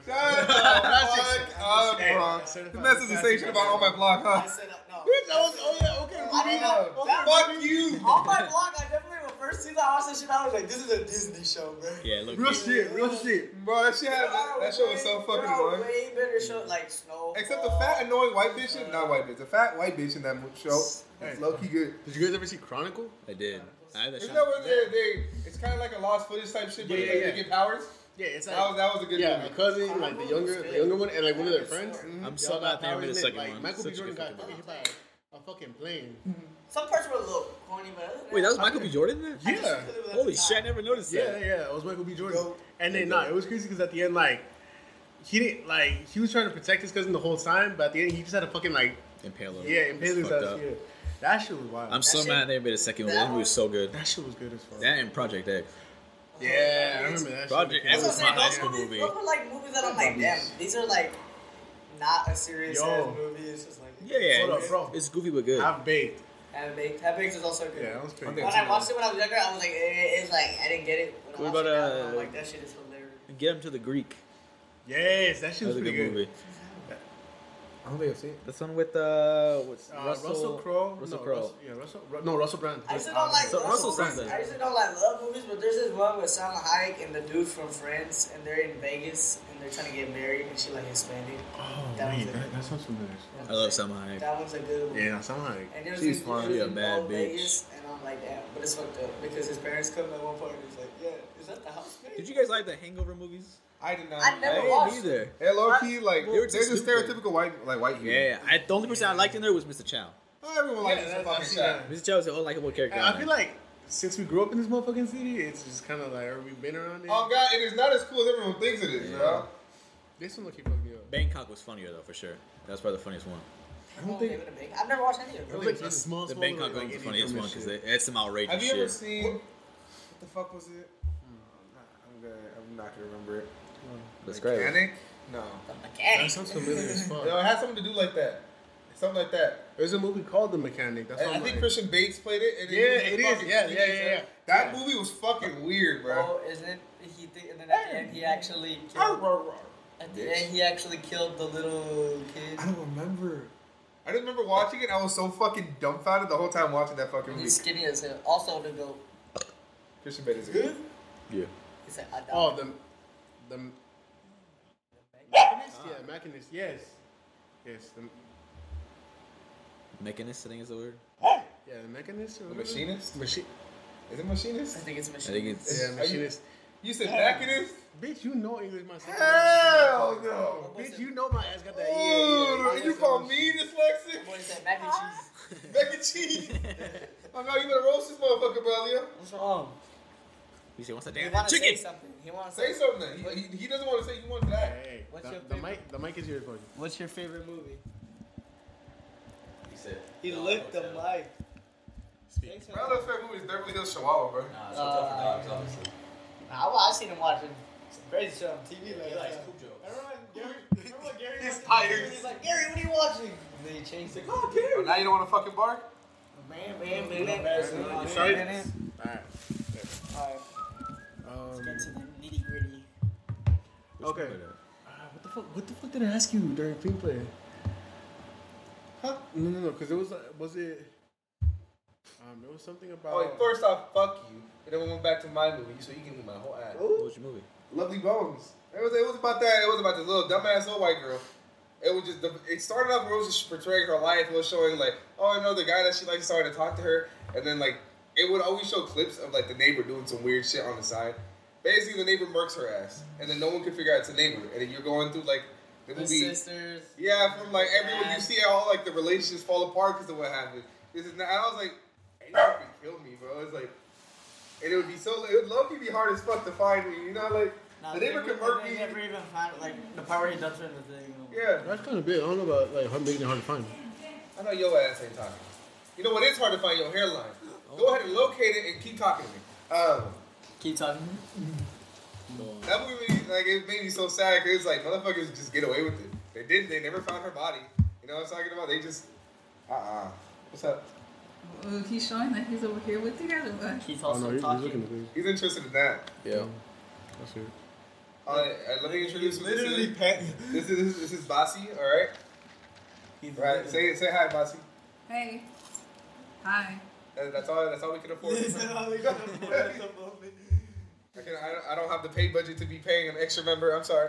A: right now.
B: Shut the fuck up,
D: Hey,
B: bro. The
D: certified
B: message is saying shit about all my block,
A: I
B: huh?
A: said, uh, no.
D: Bitch, I was, oh yeah, okay.
A: I didn't know.
B: Fuck you.
A: On my blog, I definitely refer first seen that, I watched that shit. I was like, this is a Disney show, bro.
C: Yeah, look.
D: Real shit, real shit.
B: Bro, that shit
A: There
B: had, that,
A: are
B: that show was
A: way-
B: so fucking
A: there are
B: fun.
A: Way better show like Snow.
B: Except the fat, annoying white bitch, in- not white bitch, the fat white bitch in that mo- show. It's low key good.
D: Did you guys ever see Chronicle?
C: I did. I had that
B: Isn't
C: shot.
B: that where they, they it's kind of like a lost footage type shit, but
D: Yeah, yeah,
B: they, they
D: yeah.
B: get powers?
D: Yeah, it's
B: That was, that was a good
D: yeah, my
B: movie.
D: cousin, like the younger, the younger one, and like one of their friends. Mm-hmm.
C: I'm
D: Y'all
C: so glad
D: got
C: they
D: powers
C: made a
D: in it,
C: second
D: like,
C: one.
D: Michael
C: Such
D: B.
C: a
D: Jordan
C: good
D: got
C: fucking
D: fucking hit by a, a fucking plane.
A: Some parts were a little corny, but other than
C: Wait, that was Michael B. Jordan in
A: I
C: there?
A: just
D: Yeah.
A: feel it was
C: Holy
A: at the
C: shit, I
A: time.
C: never noticed
D: Yeah,
C: that.
D: yeah, it was Michael B. Jordan.
A: Dope.
D: And then, nah, it was crazy because at the end, like, he didn't, like, he was trying to protect his cousin the whole time, but at the end, he just had a fucking, like,
C: Impale him.
D: yeah, impale his
C: Fucked
D: ass.
C: up.
D: Yeah. That shit was wild.
C: I'm so
A: shit-
C: mad they made a second one.
A: that
C: That movie was so good.
D: that shit was good as fuck.
C: That and Project X.
D: yeah, I remember that
C: Project
D: shit.
C: X
A: That's
C: was
A: what I'm
C: my high
A: saying,
C: school
A: those movies-
C: movie.
A: Those were like movies that I'm like, damn, these are like not a serious
D: Yo.
A: ass movie. It's just like
C: Yeah, yeah.
D: Hold up,
C: it's-
D: bro.
C: It's goofy but good.
D: I've baked.
A: Have Baked. Have Baked is also good.
D: Yeah, that was pretty
B: I'm
D: good.
A: when I watched it when I was younger, I was like, eh, it's like I didn't get it. When I
C: What
A: watched
C: about,
A: it now, I'm
C: uh,
A: like that shit is hilarious.
C: Get him to the Greek.
D: Yes, that shit
C: That
D: was
C: was a
D: pretty
C: good
D: good.
C: movie.
B: I don't think I've seen it.
C: This one with uh, what's
D: Uh, Russell, Crowe.
C: Russell
D: no,
C: Crowe.
D: Russell, yeah, Russell. Ru- No, Russell Brand.
A: I usually don't like
C: So
A: love
C: Russell
A: movies.
C: Sandler.
A: I usually don't like love movies, but there's this one with Salma Hayek and the dude from Friends, and they're in Vegas and they're trying to get married, and she like Hispanic.
D: Oh,
A: That
D: wait,
A: was a-
D: that, that sounds familiar.
C: I love Salma Hayek.
A: That one's a good one.
D: Yeah, that sounds like.
A: And there's
B: She's
A: this
B: fine.
A: dude
C: She a
A: in Las
C: bad bitch.
A: Vegas, and I'm like, damn, but it's fucked up because his parents come at one point and he's like, yeah, is that the house? babe?"
C: Did you guys like the Hangover movies?
B: I did not.
A: I never
C: I didn't
A: watched it.
C: either.
B: Hey, low key, like,
C: They
B: they're
C: were
B: just
C: just stupid.
B: stereotypical white, like, white humor.
C: Yeah, I, the only person I liked in there was Mr. Chow.
B: Oh, everyone likes
D: Yeah,
B: this
D: that's-
B: fucking
D: that's-
B: shit.
D: yeah.
C: Mr. Chow was the only likable character.
D: I
C: on
D: feel
C: there.
D: like since we grew up in this motherfucking city, it's just kind of like, or we've been around it.
B: Oh, God, it is not as cool as everyone thinks it is, bro.
D: This one look, fucked me up.
C: Bangkok was funnier though, for sure. That's probably the funniest one.
A: I don't think I've never watched any of
D: It
A: them.
D: was like a small,
C: The
D: small
C: Bangkok
D: little,
C: one
D: like,
C: was the
D: Indian
C: funniest
D: film
C: one because
D: shit.
C: they had some outrageous
B: Have you
C: shit.
B: ever seen, what the fuck was it? Hmm, I'm good. I'm not gonna remember it.
C: Describe it.
B: Mechanic? No.
D: That sounds familiar as
B: No,
D: fuck.
B: it had something to do like that. Something like that.
D: There's a movie called The Mechanic. That's
B: I,
D: what
B: I
D: I'm
B: think
D: like.
B: Christian Bates played it. And
D: Yeah,
B: he was
D: it is.
B: fucking
D: Yeah, yeah,
B: genius,
D: yeah, yeah.
B: right? That movie was fucking weird, bro.
A: Oh, isn't he? Th- and then at the end, he actually killed. At the end, he actually killed the little kid.
B: I don't remember. I just remember watching it. I was so fucking dumbfounded the whole time watching that fucking movie.
A: He's skinny as hell. Also, the goat.
B: Christian Bates is good.
C: Yeah.
A: He said, I died.
D: Oh, the the. Machinist? Yeah, Machinist. Yes, yes. The,
C: Mechanist, I think is the word.
D: yeah, the Mechanist. or
B: The
D: whatever.
B: Machinist?
D: Machi-
B: Is it Machinist?
A: I think it's
C: I
A: machine.
C: think it's.
D: Yeah,
B: you-
D: Machinist.
B: You said Machinist?
D: Bitch, you know English, my son.
B: Hell no.
D: Bitch, you know my ass got
B: Ooh,
D: that. yeah, yeah,
B: you
D: yeah.
B: call me
A: Boy
B: dyslexic?
A: said mac and cheese.
B: Mac and cheese. oh no, you better roast this motherfucker, bro, Leo.
A: What's wrong?
C: You say, what's that
A: He
C: damn
A: want to say
C: chicken?
A: something. He want to
B: Say something. He, he, he doesn't want to say you want
D: Hey,
B: that.
D: hey,
A: What's
D: the,
A: your
D: the
A: favorite-
D: mic? The mic is yours, buddy.
A: What's your favorite movie?
C: He said. uh,
A: He licked the mic. Thanks, man.
B: My other favorite movie is Beverly Hills Chihuahua, bro.
A: Uh, I, wa- I seen him watching some crazy shit on TV. Like,
C: likes
A: uh,
C: poop jokes.
A: Remember when Gary? Remember when Gary
B: He's
A: was-
B: tired.
A: He's like, Gary, what are you watching? And then he changed it. Oh,
B: Oh, now you don't want to fucking bark?
A: man, man, man, man,
D: You
A: man,
D: sorry?
A: man, man.
D: All right.
A: Alright, let's
D: Um,
A: get to the nitty gritty.
D: okay. Ah, What the fuck? What the fuck did I ask you during free play? Huh? No, no, no. Because it was uh, was it. Um, it was something about.
B: Oh, wait, first off, fuck you. And then we went back to my movie, so you give me my whole ass.
C: What was your movie?
B: Lovely Bones. It was, it was about that. It was about this little dumbass little white girl. It was just the, it started off where it was just portraying her life. It was showing like, oh, I know the guy that she like started to talk to her, and then like it would always show clips of like the neighbor doing some weird shit on the side. Basically, the neighbor murks her ass, and then no one can figure out it's a neighbor, and then you're going through like the
A: The
B: movie.
A: sisters.
B: Yeah, from like everyone you see all like the relationships fall apart because of what happened. This is not, I was like, hey, that could kill me, bro. It's like, and it would be so it would low key be hard as fuck to find me. You know, like
A: Nah,
B: the neighbor
A: they
B: could
A: never-
B: murk
A: they
B: me.
A: never even found like the power where he dumped her in the thing. you know.
B: Yeah,
D: That's kind of big. I don't know about like how making it hard to find.
B: I know your ass ain't talking. You know what? It's hard to find your hairline. Go ahead and locate it and keep talking to me. Um,
A: Keep talking.
B: that movie made me- like it made me so sad because it's like motherfuckers just get away with it. They didn't. They never found her body. You know what I'm talking about? They just uh uh What's up?
E: Ooh, he's showing that he's over here with you guys or what?
A: Keep
D: Oh
A: also
D: no, he's, he's
A: talking.
D: looking at this.
B: He's interested in that.
C: Yeah.
D: That's weird.
B: All right, all right, let me introduce you.
A: Literally
B: this is, this is this is Bossy. All right,
A: He's
B: all right.
A: literally-
B: Say say hi, Bossy.
E: Hey. Hi.
B: That- That's all. That's all we can afford.
A: Is that all they can afford at the moment?
B: I, can, I, don't, I don't have the pay budget to be paying an extra member. I'm sorry.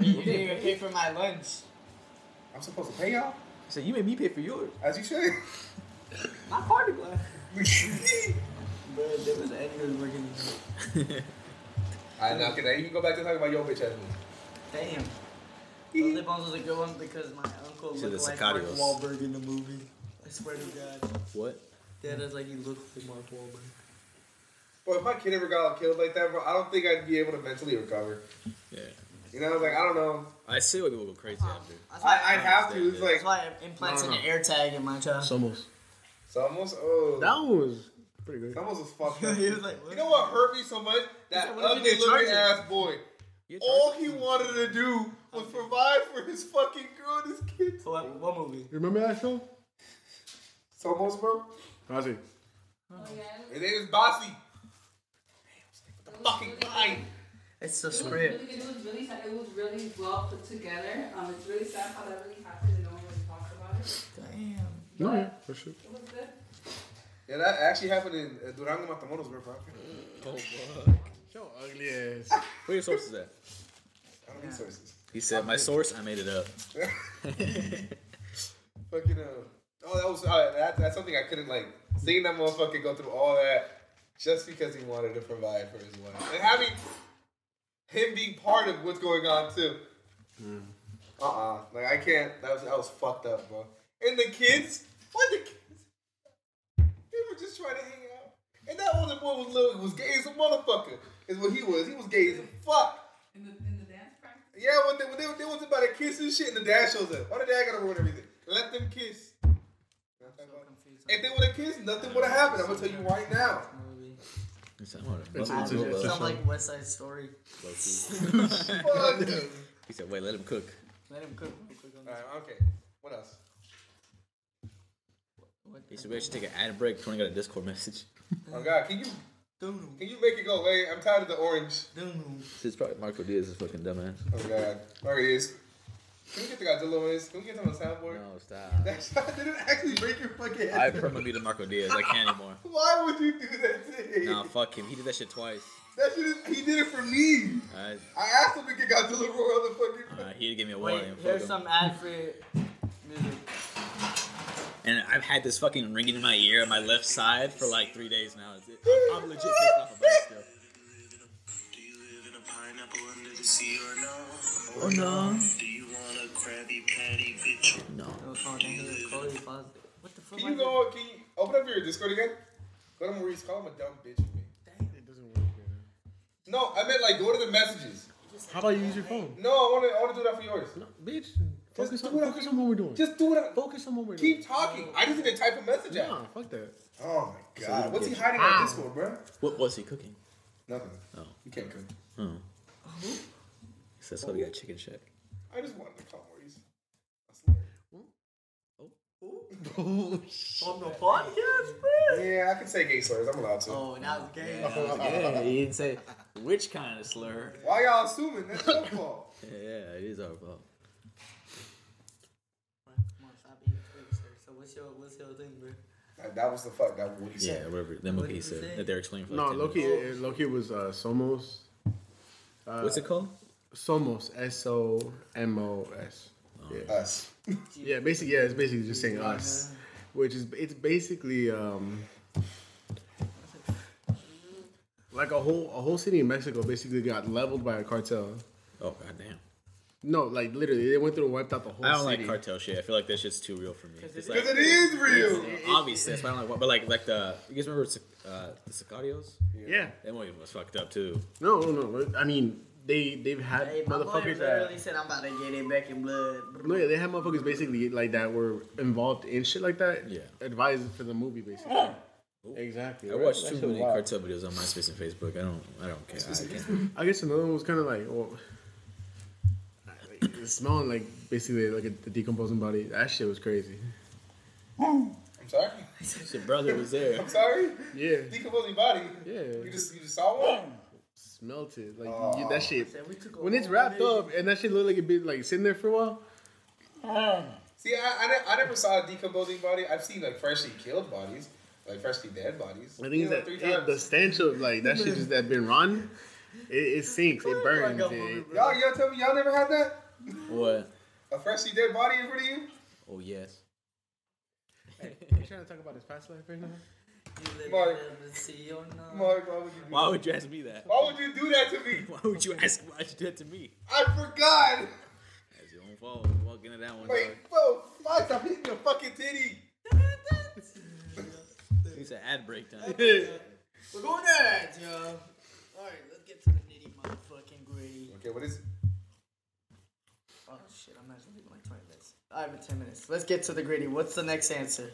A: You didn't even pay for my lunch.
B: I'm supposed to pay y'all
C: So you made me pay for yours.
B: as you should.
A: My party glass. Bro, there was editors working.
B: I know. Can I even go back to talking about yo bitch ass?
A: Damn. Those lip balms was a good one because my uncle
C: So the
A: looked like Mark
C: Sicarios.
A: Wahlberg in the movie. I swear to God.
C: What?
A: Dad is like, he looked like Mark Wahlberg.
B: But if my kid ever got killed like that, bro, I don't think I'd be able to mentally recover.
C: Yeah.
B: You know, like I don't know.
C: I see why people go crazy after.
A: That's why,
B: I, I'd have to. It's like
A: that's why I implants
B: No, no.
A: an air tag in my child.
D: It's almost.
B: it's almost. Oh,
D: That one was pretty good.
B: Samos was fucked up.
A: He was like,
B: You know what hurt me so much? That
A: said, what if you
B: ugly
A: didn't
B: looking
A: charge
B: ass boy.
C: You get
B: All
C: charged?
B: he wanted to do was provide for his fucking girl and his kids.
A: So what, what movie?
D: You remember that show?
B: Samos, bro.
D: Ozzy.
E: Oh, yeah.
B: His name is Bossy. The fucking line.
A: It's so
E: It was really good. It was really sad. It was really well put together. Um, it's really sad how that really happened and no one really talked about it.
A: Damn.
D: No, yeah, Oh, for sure.
E: It was good.
B: Yeah, that actually happened in uh, Durango, Matamoros, bro. bro.
C: Oh fuck.
D: Show ugly ass.
C: Where are your sources at?
B: I don't need sources.
C: He said, "My source, I made it up."
B: Fucking uh, oh, that was uh, that, that's something I couldn't like. Seeing that motherfucker go through all that just because he wanted to provide for his wife and having him being part of what's going on too. Uh uh like I can't. That was that was fucked up, bro. And the kids, what the kids? They were just trying to hang out. And that older boy was little was gay as a motherfucker. Is what he was. He was gay as a fuck.
E: In the, in the dance practice.
B: Yeah, when they, when they, they was about to kiss and shit, and the dad shows up. Why the dad gotta ruin everything? Let them kiss. If they would have kissed, nothing would have happened. I'm gonna tell you right now.
A: Movie.
C: It's, I wanna-
D: It's-
C: I
D: it's-
C: wanna
D: it's-
C: roll
D: it's-
C: up,
A: Sound like West Side Story.
C: low key.
B: Fuck. Alright,
C: He said, "Wait, let him cook."
A: Let him cook real quick on this.
B: okay. What else?
A: What
C: He
A: the-
C: said, "We should take an ad break." Tony got a Discord message.
B: Oh God, can you
A: Doo-doo,
B: can you make it go away? I'm tired of the orange.
A: doo-doo.
C: It's probably Marco Diaz is fucking dumbass.
B: Oh God, there it is. Can we get the Godzilla ones? Can we get them on the soundboard?
C: No, stop.
B: That shot didn't actually break your fucking head.
C: I permanently beat Marco Diaz. I can't anymore.
B: Why would you do that to him?
C: Nah, fuck him. He did that shit twice.
B: That shit is, he did it for me.
C: Alright,
B: I asked him to get Godzilla Royal the fucking.
C: alright, he gave me a
A: Wait,
C: warning. Fuck
A: here's
C: him.
A: some ad free music.
C: And I've had this fucking ringing in my ear on my left side for like three days now. It's- I'm, I'm legit pissed off about it still.
F: Do you live in a pineapple under the sea or no?
C: Oh no.
F: Do you want a Krabby Patty, bitch? or-
C: No.
A: It was called Angela Chloe Fuzz. What the fuck?
B: Can you go? Can you open up your Discord again? Go to Maurice. Call him a dumb bitch for me.
D: It doesn't work. Man.
B: No, I meant like go to the messages.
D: How about you use your phone?
B: No, I want to. I want to do that for yours.
D: No, bitch.
B: Just
D: Focus on,
B: do it.
D: focus on what we're doing.
B: Just do it.
D: focus on what we're doing.
B: Keep talking. I just need to type a message out.
D: Nah, fuck that.
B: Oh my
C: we don't
B: god, what's he
C: get-
B: hiding
A: Ah.
B: on Discord, bro?
C: What was he cooking?
B: Nothing.
C: Oh.
B: You can't come.
C: Oh. He says, "Oh, we got chicken shack."
B: I just wanted to call Maurice. I
A: On the podcast, bro?
B: swear. Yeah, I can say gay slurs. I'm allowed to.
A: Oh, now it's gay.
C: Yeah, he didn't say which kind of slur.
B: Why y'all assuming? That's your fault.
C: Yeah, it is our fault.
A: Come on, stop being quick, sir. So what's your what's your thing, bro?
B: That, that was the fuck. That was what he
C: Yeah,
B: said.
C: whatever. Then
A: What
C: what he
A: did he
C: said
A: say?
C: that they're explaining for like
D: No,
C: 10
D: Loki.
C: minutes.
D: It, Loki was uh, Somos. Uh,
C: What's it called?
D: Somos. S O M O S. Yeah.
B: Us.
D: Yeah. Basically, yeah. It's basically just saying us, which is it's basically um, like a whole a whole city in Mexico basically got leveled by a cartel.
C: Oh goddamn!
D: No, like literally, they went through and wiped out the whole
C: I don't
D: city.
C: like cartel shit. I feel like that shit's too real for me. It's like,
B: Because it is real.
C: obviously, that's why I don't like. But like, like the you guys remember uh, the Sicarios?
D: yeah.
C: That movie was fucked up too.
D: No, no, no. I mean, they they've had
A: Hey, my boy
D: motherfuckers
A: literally
D: that.
A: said I'm about to get it back in blood.
D: No, yeah, they had motherfuckers basically like that were involved in shit like that.
C: Yeah.
D: Advised for the movie, basically. Exactly.
C: I
D: right?
C: watched
D: That
C: too
D: shit was
C: many
D: wild.
C: cartel videos on MySpace and Facebook. I don't, I don't care. I can't.
D: I guess another one was kind of like, well, like, it's smelling like basically like a, the decomposing body. That shit was crazy.
B: I'm sorry.
C: Your brother was there.
B: I'm sorry.
D: Yeah.
B: Decomposing body.
D: Yeah.
B: You just you just saw one.
D: Smelted. Like you- that shit.
A: Said we took a
D: When it's
A: whole
D: wrapped
A: day.
D: up and that shit look like it been like sitting there for a while.
B: See, I, I, ne- I never saw a decomposing body. I've seen like freshly killed bodies, like freshly dead bodies.
D: The thing
B: You
D: is
B: know,
D: that
B: three
D: it, the
B: times.
D: stench of like that shit just that been run, it, it sinks, it burns.
A: God,
D: it-
B: y'all, y'all tell me y'all never had that?
C: What?
B: A freshly dead body in front of you?
C: Oh yes.
D: You trying to talk about his past life right now?
B: Mark.
A: Mark.
B: Mark, why would you do
C: Why would you ask me that?
B: Why would you do that to me?
C: Why would you ask? Why would you do that to me?
B: I forgot.
C: That's your own fault. Walk into that one.
B: Wait, bro, why stop hitting your fucking titty?
C: dog. It's an ad break time.
A: We're going to ads, yo. Alright, let's get to the nitty motherfucking gritty.
B: Okay, what is?
A: Oh shit, I'm not gonna leave my toilets. I have 10 minutes. Let's get to the gritty. What's the next answer?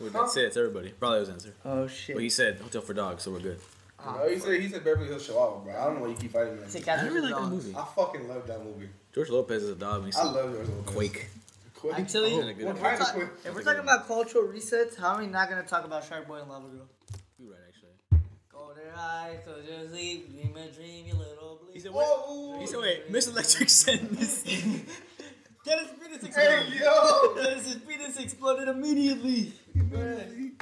C: Wait, that's it. It's everybody. Probably was answer.
A: Oh shit.
C: But he said hotel for dogs, so we're good.
B: No, Oh, he said he said Beverly Hills Chihuahua, bro. I don't know why you keep fighting me.
A: It's a
C: I
A: cat
C: really like that
A: dog.
C: movie.
B: I fucking love that movie.
C: George Lopez is a dog. and he's
B: I love George Lopez.
C: Quake.
B: Quake.
A: Actually,
C: Oh, good
A: if, we're
B: idea.
A: ta-
B: Quite a
A: if we're talking about cultural resets, how are we not gonna talk about Shark Boy and Lava Girl?
C: You right, actually.
A: Golden eyes, close your sleep, dream a dream, you little bleep.
C: He said what?
B: Whoa!
C: He said wait. Miss Electric sent this.
A: Get his penis
B: Hey
A: exploded.
B: yo!
A: Get his penis exploded immediately.
B: you know, you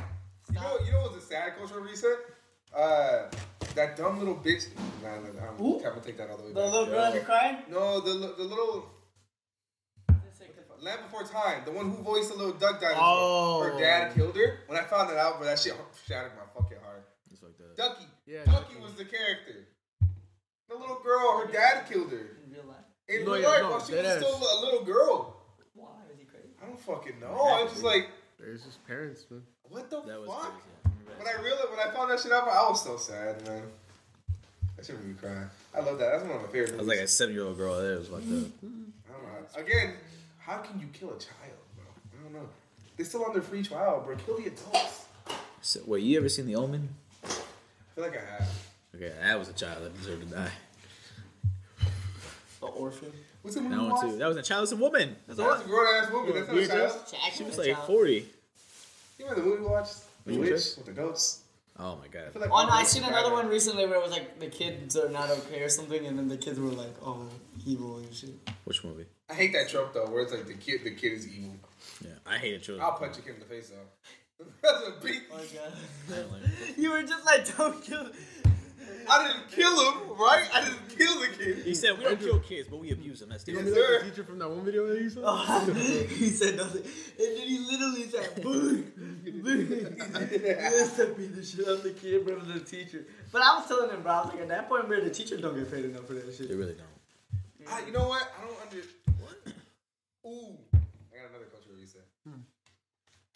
B: know what's a sad cultural reset? Uh, that dumb little bitch. Nah, nah, nah, I'm,
A: Who?
B: I'm gonna take that all the way
A: The
B: back.
A: little girl in the crying.
B: No, the li- the little Land Before Time, the one who voiced the little duck dinosaur.
D: Oh.
B: Her dad killed her. When I found that out, bro, that shit shattered my fucking heart.
C: It's like that.
B: Ducky.
D: Yeah,
B: Ducky
D: Ducky.
B: was the character. The little girl, her dad killed her.
A: In real life.
B: In
D: No,
B: real
D: yeah,
B: life,
D: no,
B: while she was
D: deadass.
B: still a little girl.
A: Why is he crazy?
B: I don't fucking know. I was just like,
D: There's his parents, man.
B: what the
C: That was
B: fuck?
C: crazy. yeah. I remember
B: When I realized, when I found that shit out, I was so sad, man. That shit made me cry. I love that. That's one of my favorite.
C: that. I was like a
B: movies.
C: seven-year-old girl. That was fucked up.
B: I don't know. how- Again, how can you kill a child, bro? I don't know. They're still under free trial, bro. Kill the adults.
C: So, wait, you ever seen The Omen?
B: I feel like I have.
C: Okay, that was a child that deserved to die.
A: The orphan.
B: What's the movie?
C: That one too. That was a child. That's a woman. That's all.
B: That's a grown ass woman. That's not a child.
C: She was like forty.
B: You remember the movie we watched? The
C: Which
B: Witch
C: one?
B: with the goats.
C: Oh my
B: I feel
C: god.
B: like
A: Oh no, I seen another one recently where it was like the kids are not okay or something, and then the kids were like, oh, evil and shit.
C: Which movie?
B: I hate that trope though, where it's like the kid, the kid is evil.
C: Yeah, I hated children.
B: I'll punch a kid in the face though. That's a beat.
A: Oh god.
C: I don't like-
A: You were just like, don't kill.
B: I didn't kill him, right? I didn't kill the kid.
C: He said we don't kill kids, but we abuse them. That's
D: You
C: different.
D: know,
B: Yes,
D: like
B: sir.
D: the teacher from that one video that you saw.
A: Oh, he said nothing. And then he literally said, boo, boo. Just to beat the shit out of the kid, bro, the teacher. But I was telling him, bro, I was like, at that point, bro, the teachers don't get paid enough for that
C: They
A: shit.
C: really don't.
B: I, you know what? I don't under. What? Ooh, I got another cultural reset.
A: Hmm.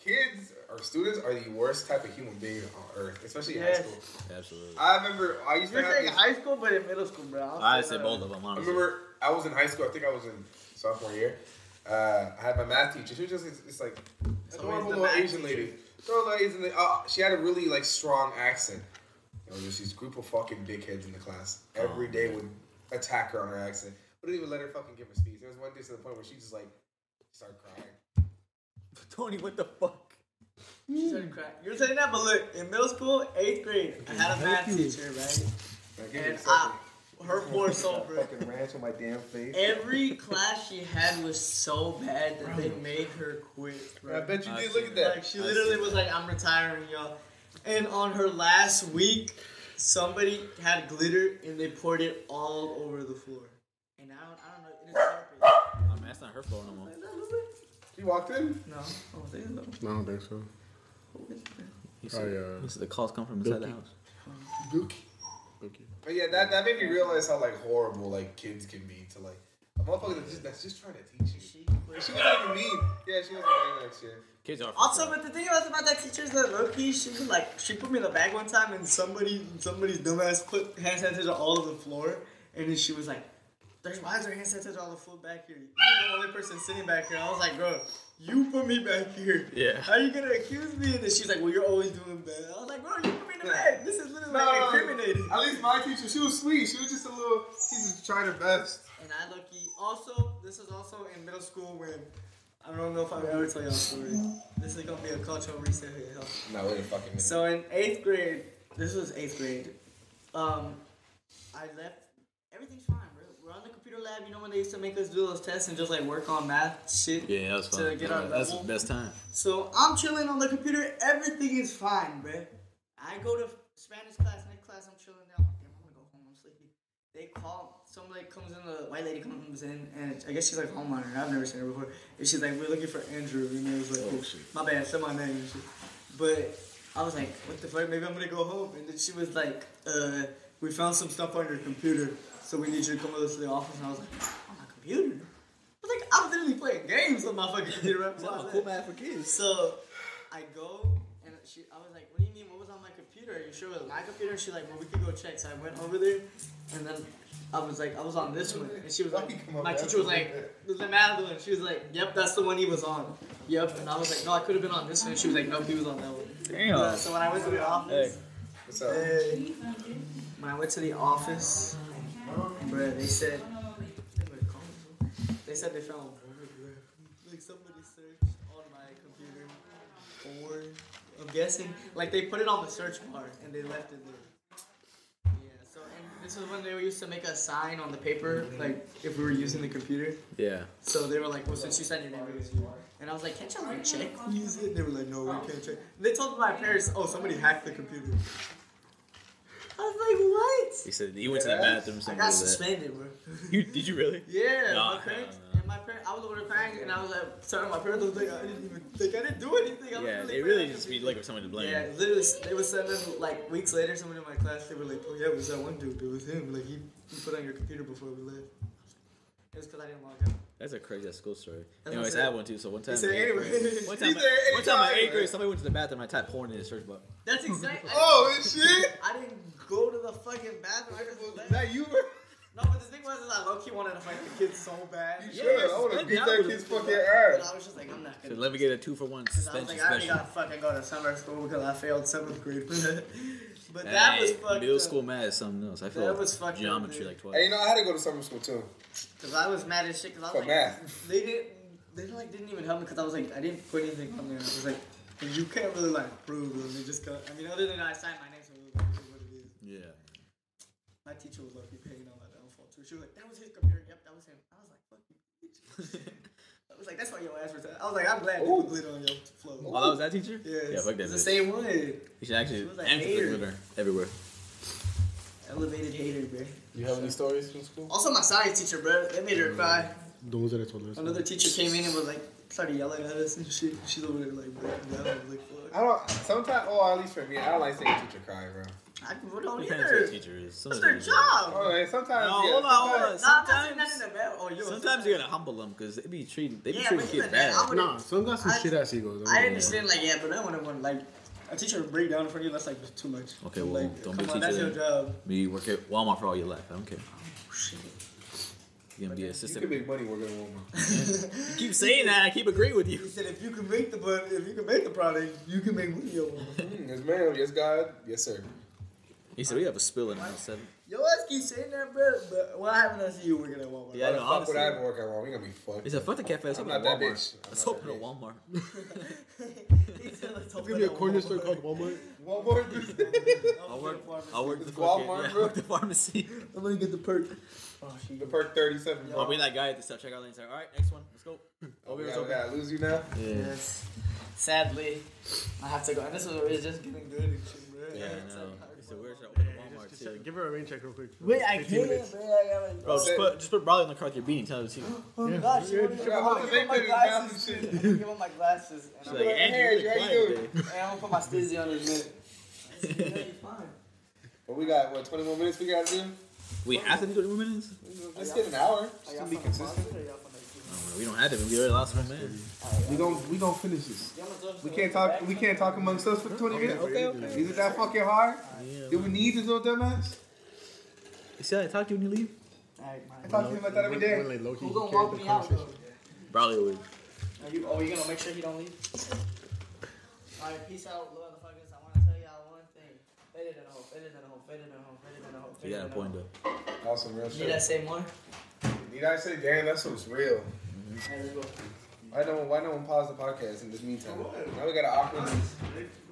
B: Kids or students are the worst type of human being on earth, especially in high
A: Yes.
B: school.
C: Absolutely.
B: I remember I used to
A: You're
B: have
A: saying
B: this.
A: high school, but in middle school, bro. was
C: I
A: saying,
C: said
A: uh,
C: both of them.
B: I
C: Honestly.
B: remember I was in high school. I think I was in sophomore year. Uh, I had my math teacher. She was just it's, it's like adorable
A: the
B: little
A: math teacher.
B: Asian lady. Adorable little Asian lady. Uh, she had a really like strong accent. It was just these group of fucking dickheads in the class. Every day would attack her on her accent. We didn't even let her fucking give a speech. There was one day to the point where she just like started crying.
C: Tony, what the fuck?
A: She started crying. You're saying that, but look, in middle school, eighth grade, I had a math teacher, right?
B: Like, give me a
A: And I,
B: second.
A: her poor soul, bro.
B: Fucking ranch on my damn face.
A: Every class she had was so bad that they made her quit, bro.
B: I bet you
C: I
B: did.
C: see
B: Look at
C: that.
B: that.
A: Like she
C: I
A: literally
C: see
A: was like, "I'm retiring, y'all." And on her last week, somebody had glitter and they poured it all over the floor. And I don't, I don't know. It is carpet.
C: I mean, that's not her fault no more.
B: She walked in.
A: No, oh, they look.
D: No, I don't think so.
C: He
D: Oh
C: said,
D: yeah.
C: he said the calls come from inside the
D: Dookie.
C: house.
B: Dookie.
D: Okay.
B: But yeah, that, that made me realize how like horrible like kids can be to like a motherfucker that's just, that's just trying to teach you. She,
A: She
B: wasn't even mean. Yeah, she wasn't mean like shit.
C: Kids are.
A: Also, but the thing was about that teacher is that Loki, she was like, she put me in the bag one time and somebody, somebody's dumbass put hand sanitizer all over the floor, and then she was like, "There's why is there hand sanitizer all the floor back here? You're the only person sitting back here." I was like, "Bro, you put me back here.
C: Yeah.
A: How are you gonna accuse me?" And then she's like, "Well, you're always doing bad." I was like, "Bro, you put me in the bag. This is literally like incriminating."
B: At least my teacher, she was sweet. She was just a little. She's just trying her best.
A: And I lucky also this is also in middle school when I don't know if I'll ever tell y'all a story. This is gonna be a cultural reset here. y'all.
B: No, wait a fucking minute.
A: So in eighth grade, this was eighth grade. Um, I left. Everything's fine. We're, we're on the computer lab, you know when they used to make us do those tests and just like work on math shit.
C: Yeah, that's fun.
A: To get our
C: that's
A: level.
C: the best time.
A: So I'm chilling on the computer. Everything is fine, bruh. I go to Spanish class, next class I'm chilling down. Like, Damn, I'm gonna go home. I'm sleepy. They call. Some like comes in. The white lady comes in, and I guess she's like homeowner. I've never seen her before. And she's like, "We're looking for Andrew." And it was like,
C: Oh,
A: "Oh
C: shit.
A: my bad, said my name." And shit. But I was like, "What the fuck? Maybe I'm gonna go home." And then she was like, "Uh, we found some stuff on your computer, so we need you to come with us to the office." And I was like, "On my computer." I was like, I'm literally playing games on my fucking computer. right
C: I'm
A: before I
C: a
A: left."
C: cool man for kids.
A: So I go and she, I was like, "What do you mean? What was on my computer? Are you sure it was my computer?" And she's like, "Well, we could go check." So I went over there, and then I was like, "I was on this one," and she was
B: Why
A: like,
B: you come up
A: "My
B: with
A: teacher was
B: that?
A: like, the math one." She was like, "Yep, that's the one he was on." Yep, and I was like, "No, I could have been on this one." And she was like, "No, he was on that one." Uh,
C: Damn.
A: so when I went to the
C: Hey.
A: office,
B: What's up?
A: uh, when I went to the office, bruh, they said they said they found like somebody searched on my computer for I'm guessing like they put it on the search bar and they left it there. Yeah, so and this was when they used to make a sign on the paper like if we were using the computer.
C: Yeah.
A: So they were like, well, since you said your name, it was you. And I was like, can't y'all like check these? And they were like, no, we can't check. They told my parents, oh, somebody hacked the computer. I was
C: He said he went to the bathroom.
A: like, what? I
C: Something
A: got
C: like that.
A: suspended, bro.
C: You did you really?
A: Yeah,
C: No,
A: my parents.
C: no, no.
A: And my parents, I was over there crying, and I was like, telling my parents, I was like, I didn't even, like, I didn't do anything. I was
C: Yeah, they
A: playing
C: really
A: on the
C: just be
A: computer.
C: looking for someone to blame.
A: Yeah, literally, they were sending like weeks later. Someone in my class, they were like, "Oh yeah, it was that one dude? It was him. Like he, he put on your computer before we left." It was because I didn't log out.
C: That's a crazy school story.
A: what
C: Anyways,
A: I'm
C: I had
A: saying.
C: one too. So one
A: He
C: time,
A: said, "Anyway."
C: one time,
B: He's there
C: one time, in
B: anytime.
C: eighth grade, somebody went to the bathroom. I typed porn in the search bar.
A: That's exactly.
B: Oh and shit!
A: I didn't go to the fucking bathroom. I just
B: Was
A: left.
B: that you? bro?
A: No, but the thing was, is I low key wanted to fight the kids so bad.
B: You
C: Yeah,
B: should. I would have
C: spend
B: beat
C: that
B: that
C: with
B: kid's
C: a-
B: fucking
A: But
B: ass.
A: I was just like, I'm not
C: So
A: gonna.
C: let me get a two for one
A: Because I was like,
C: suspension
A: I already
C: special.
A: gotta fucking go to summer school because I failed seventh grade. but
C: Hey,
A: that was fucked.
C: middle
A: up.
C: school math is something else. I feel
A: That
C: like
A: was fucked up,
C: geometry
A: dude.
C: like twice.
B: And you know, I had to go to summer school too
A: Because I was mad as shit. Because I was like,
B: for math.
A: they didn't. They like didn't even help me because I was like, I didn't put anything on there. I was like, you can't really like prove them. They just got. I mean, other than I signed my name, so it was like, it is what it is.
C: Yeah.
A: My teacher was lucky paying on my downfall too. She was like, "That was his computer. Yep, that was him." I was like, "Fuck you." bitch." I was like, "That's why your ass was." I was like, "I'm glad you lit on your flow."
C: Oh, that was that teacher?
A: Yeah,
C: Yeah, fuck that
A: It's the
C: bitch.
A: same one.
C: You should actually
A: She was like,
C: and for the
A: hater.
C: glitter everywhere.
A: Elevated hater, bro.
D: You have any stories from school?
A: Also, my science teacher, bro. They made her cry.
D: The ones that I told her.
A: Another teacher came in and was like, started yelling at us and shit. She's over there like breaking down. I was like,
B: I
A: "Fuck."
B: don't. Sometimes, oh, at least for me, I don't like seeing a teacher cry, bro.
A: I I don't
C: Depends who the
A: either.
C: teacher is. Some
A: That's
C: of the
A: their
C: teachers-
A: job.
B: Oh, like, sometimes.
C: No,
B: yeah,
C: hold on, hold
B: sometimes-
C: on.
A: No, I'm not saying that in
C: Sometimes,
A: a bad. Oh, you.
C: sometimes you gotta humble them because they be treating they be
A: Yeah,
C: treating
A: but even
C: kids
A: then,
C: bad.
A: I would.
D: Nah, some got some
A: I-
D: shit ass egos.
A: I understand, like, yeah, but I wouldn't want, like, a teacher to break down in front of you, that's, like, just too much.
C: Okay,
A: So,
C: well,
A: like, come
C: don't be a
A: on, That's
C: teacher
A: your job.
C: Me work at Walmart for all your life. I don't care.
A: Shit.
C: You're gonna be an
B: You can
C: assistant.
B: make money working at Walmart.
C: You keep saying that. I keep agreeing with
A: He
C: you.
A: said, if you can make the bud, if you can make the product, you can make money over it.
B: Mm, yes, ma'am. Yes, God. Yes, sir.
C: He said we have a spill in house seven.
A: Yo, ass keep saying that, bro, but why haven't I seen you working at Walmart?
C: Yeah, I know.
B: Fuck
C: honestly.
B: would I ever work at Walmart? We gonna be
C: He
B: fucked.
C: said, "Fuck the cafe. Let's
B: I'm
C: open a
B: not that
C: Walmart.
B: bitch. I'm
C: Let's
B: not
C: open a
B: that
C: Walmart."
A: He said, let's
D: It's gonna be a corner store called Walmart.
B: Walmart. dude.
C: I'll work. I'll work the
B: It's
C: fucking,
B: Walmart,
C: yeah,
B: bro.
C: work the pharmacy.
A: I'm gonna get the perk. Oh,
B: the perk thirty-seven.
A: Yeah.
C: I'll
B: bro.
C: be that guy at the self checkout lane. Say, "All right, next one. Let's go."
B: Oh, we
C: Over
B: gotta,
C: here.
B: we gotta lose you now.
C: Yeah.
A: Yes. Sadly, I have to go. And this was it's just getting good and shit, bro.
C: Yeah, I
A: It's
C: know.
A: like-
C: He said, "Where's the open Walmart
D: Just check-
C: too?"
D: Give her a rain check real quick.
A: Wait, I
D: 15
A: can't,
D: minutes.
A: bro. I gotta.
C: Bro, just put just put Riley in the car with your beanie. Tell her to.
A: Oh
D: Yeah.
A: gosh, you
D: Yeah,
A: wanna give him
B: yeah, I'm
A: my-
B: about to
A: give him my
B: make that
A: glasses. Give him my glasses.
C: She's
A: And I'm
C: like,
A: gonna-
C: "Andrew, you're
B: Hey, how you
C: quiet
B: doing?"
C: today."
A: and I'm gonna put my stizzy on his lip.
B: But we got what twenty-one minutes. We gotta do.
C: We have to do 21 minutes.
B: Let's get an hour. Just to be consistent.
C: We don't have to. We already lost one man.
D: We gon' we gon' finish this.
B: We can't talk. We can't talk amongst us for twenty minutes.
D: okay, okay.
B: Is it that fucking hard?
C: Yeah.
B: Do we need this little dumbass?
C: You see how I talk to you when you leave?
A: Alright, man.
B: I talk to him about that every day.
D: When,
A: Who's gonna walk me out though?
C: Riley always.
A: Are you, oh, you gonna make sure he don't leave? Alright, peace out, motherfuckers. I wanna tell y'all one thing. Better than hope, better than hope, better than hope, better than hope.
C: You got a point though.
B: That was some real
A: Need I
B: shit.
A: say more?
B: Need I say, damn, that's what's real.
A: Alright, let's go.
B: Why no one? Why no one pause the podcast in this meantime? Now we got an awkward.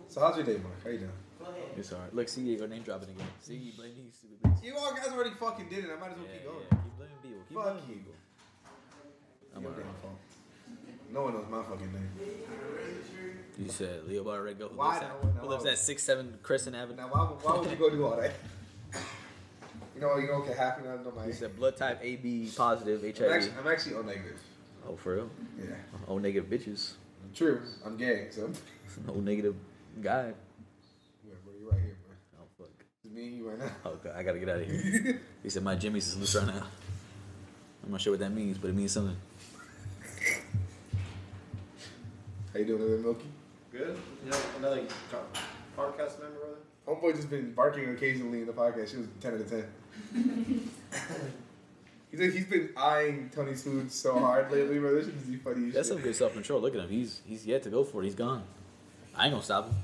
B: So how's your day, Mark? How you doing?
A: Go ahead.
C: It's alright. Look, see, you go name dropping again. See, you blame me, you stupid bitch.
B: You all guys already fucking did it. I might as well keep going.
C: keep blaming B. Eagle. Keep
B: Fuck
C: going.
B: Eagle.
C: I'm
B: Your
C: alright.
B: damn phone. No one knows my fucking name.
C: You said Leo Barrego, who
B: Why
C: lives,
B: not?
C: at,
B: Why
C: who lives
B: not?
C: at 6 7 Crescent Avenue.
B: Now, why, why would you go do all that? You know, you don't get happy now. No,
C: You
B: my.
C: said blood type AB positive
B: I'm
C: HIV.
B: actually, I'm actually O negative.
C: oh, for real?
B: Yeah.
C: Oh, negative bitches.
B: True. I'm gay, so.
C: Oh, negative guy.
B: Yeah, bro, you right here, bro.
C: Oh, fuck.
B: It's me and you right now.
C: Oh, God, I gotta get out of here. he said my Jimmy's is loose right now. I'm not sure what that means, but it means something.
B: How you doing, little Milky?
G: Good. You know, another co- podcast member, brother.
B: Homeboy just been barking occasionally in the podcast. She was 10 out of 10. he's, like, he's been eyeing Tony's food so hard lately, bro. This shit is the funny
C: That's some
B: shit.
C: good self control. Look at him. He's he's yet to go for it. He's gone. I ain't gonna stop him.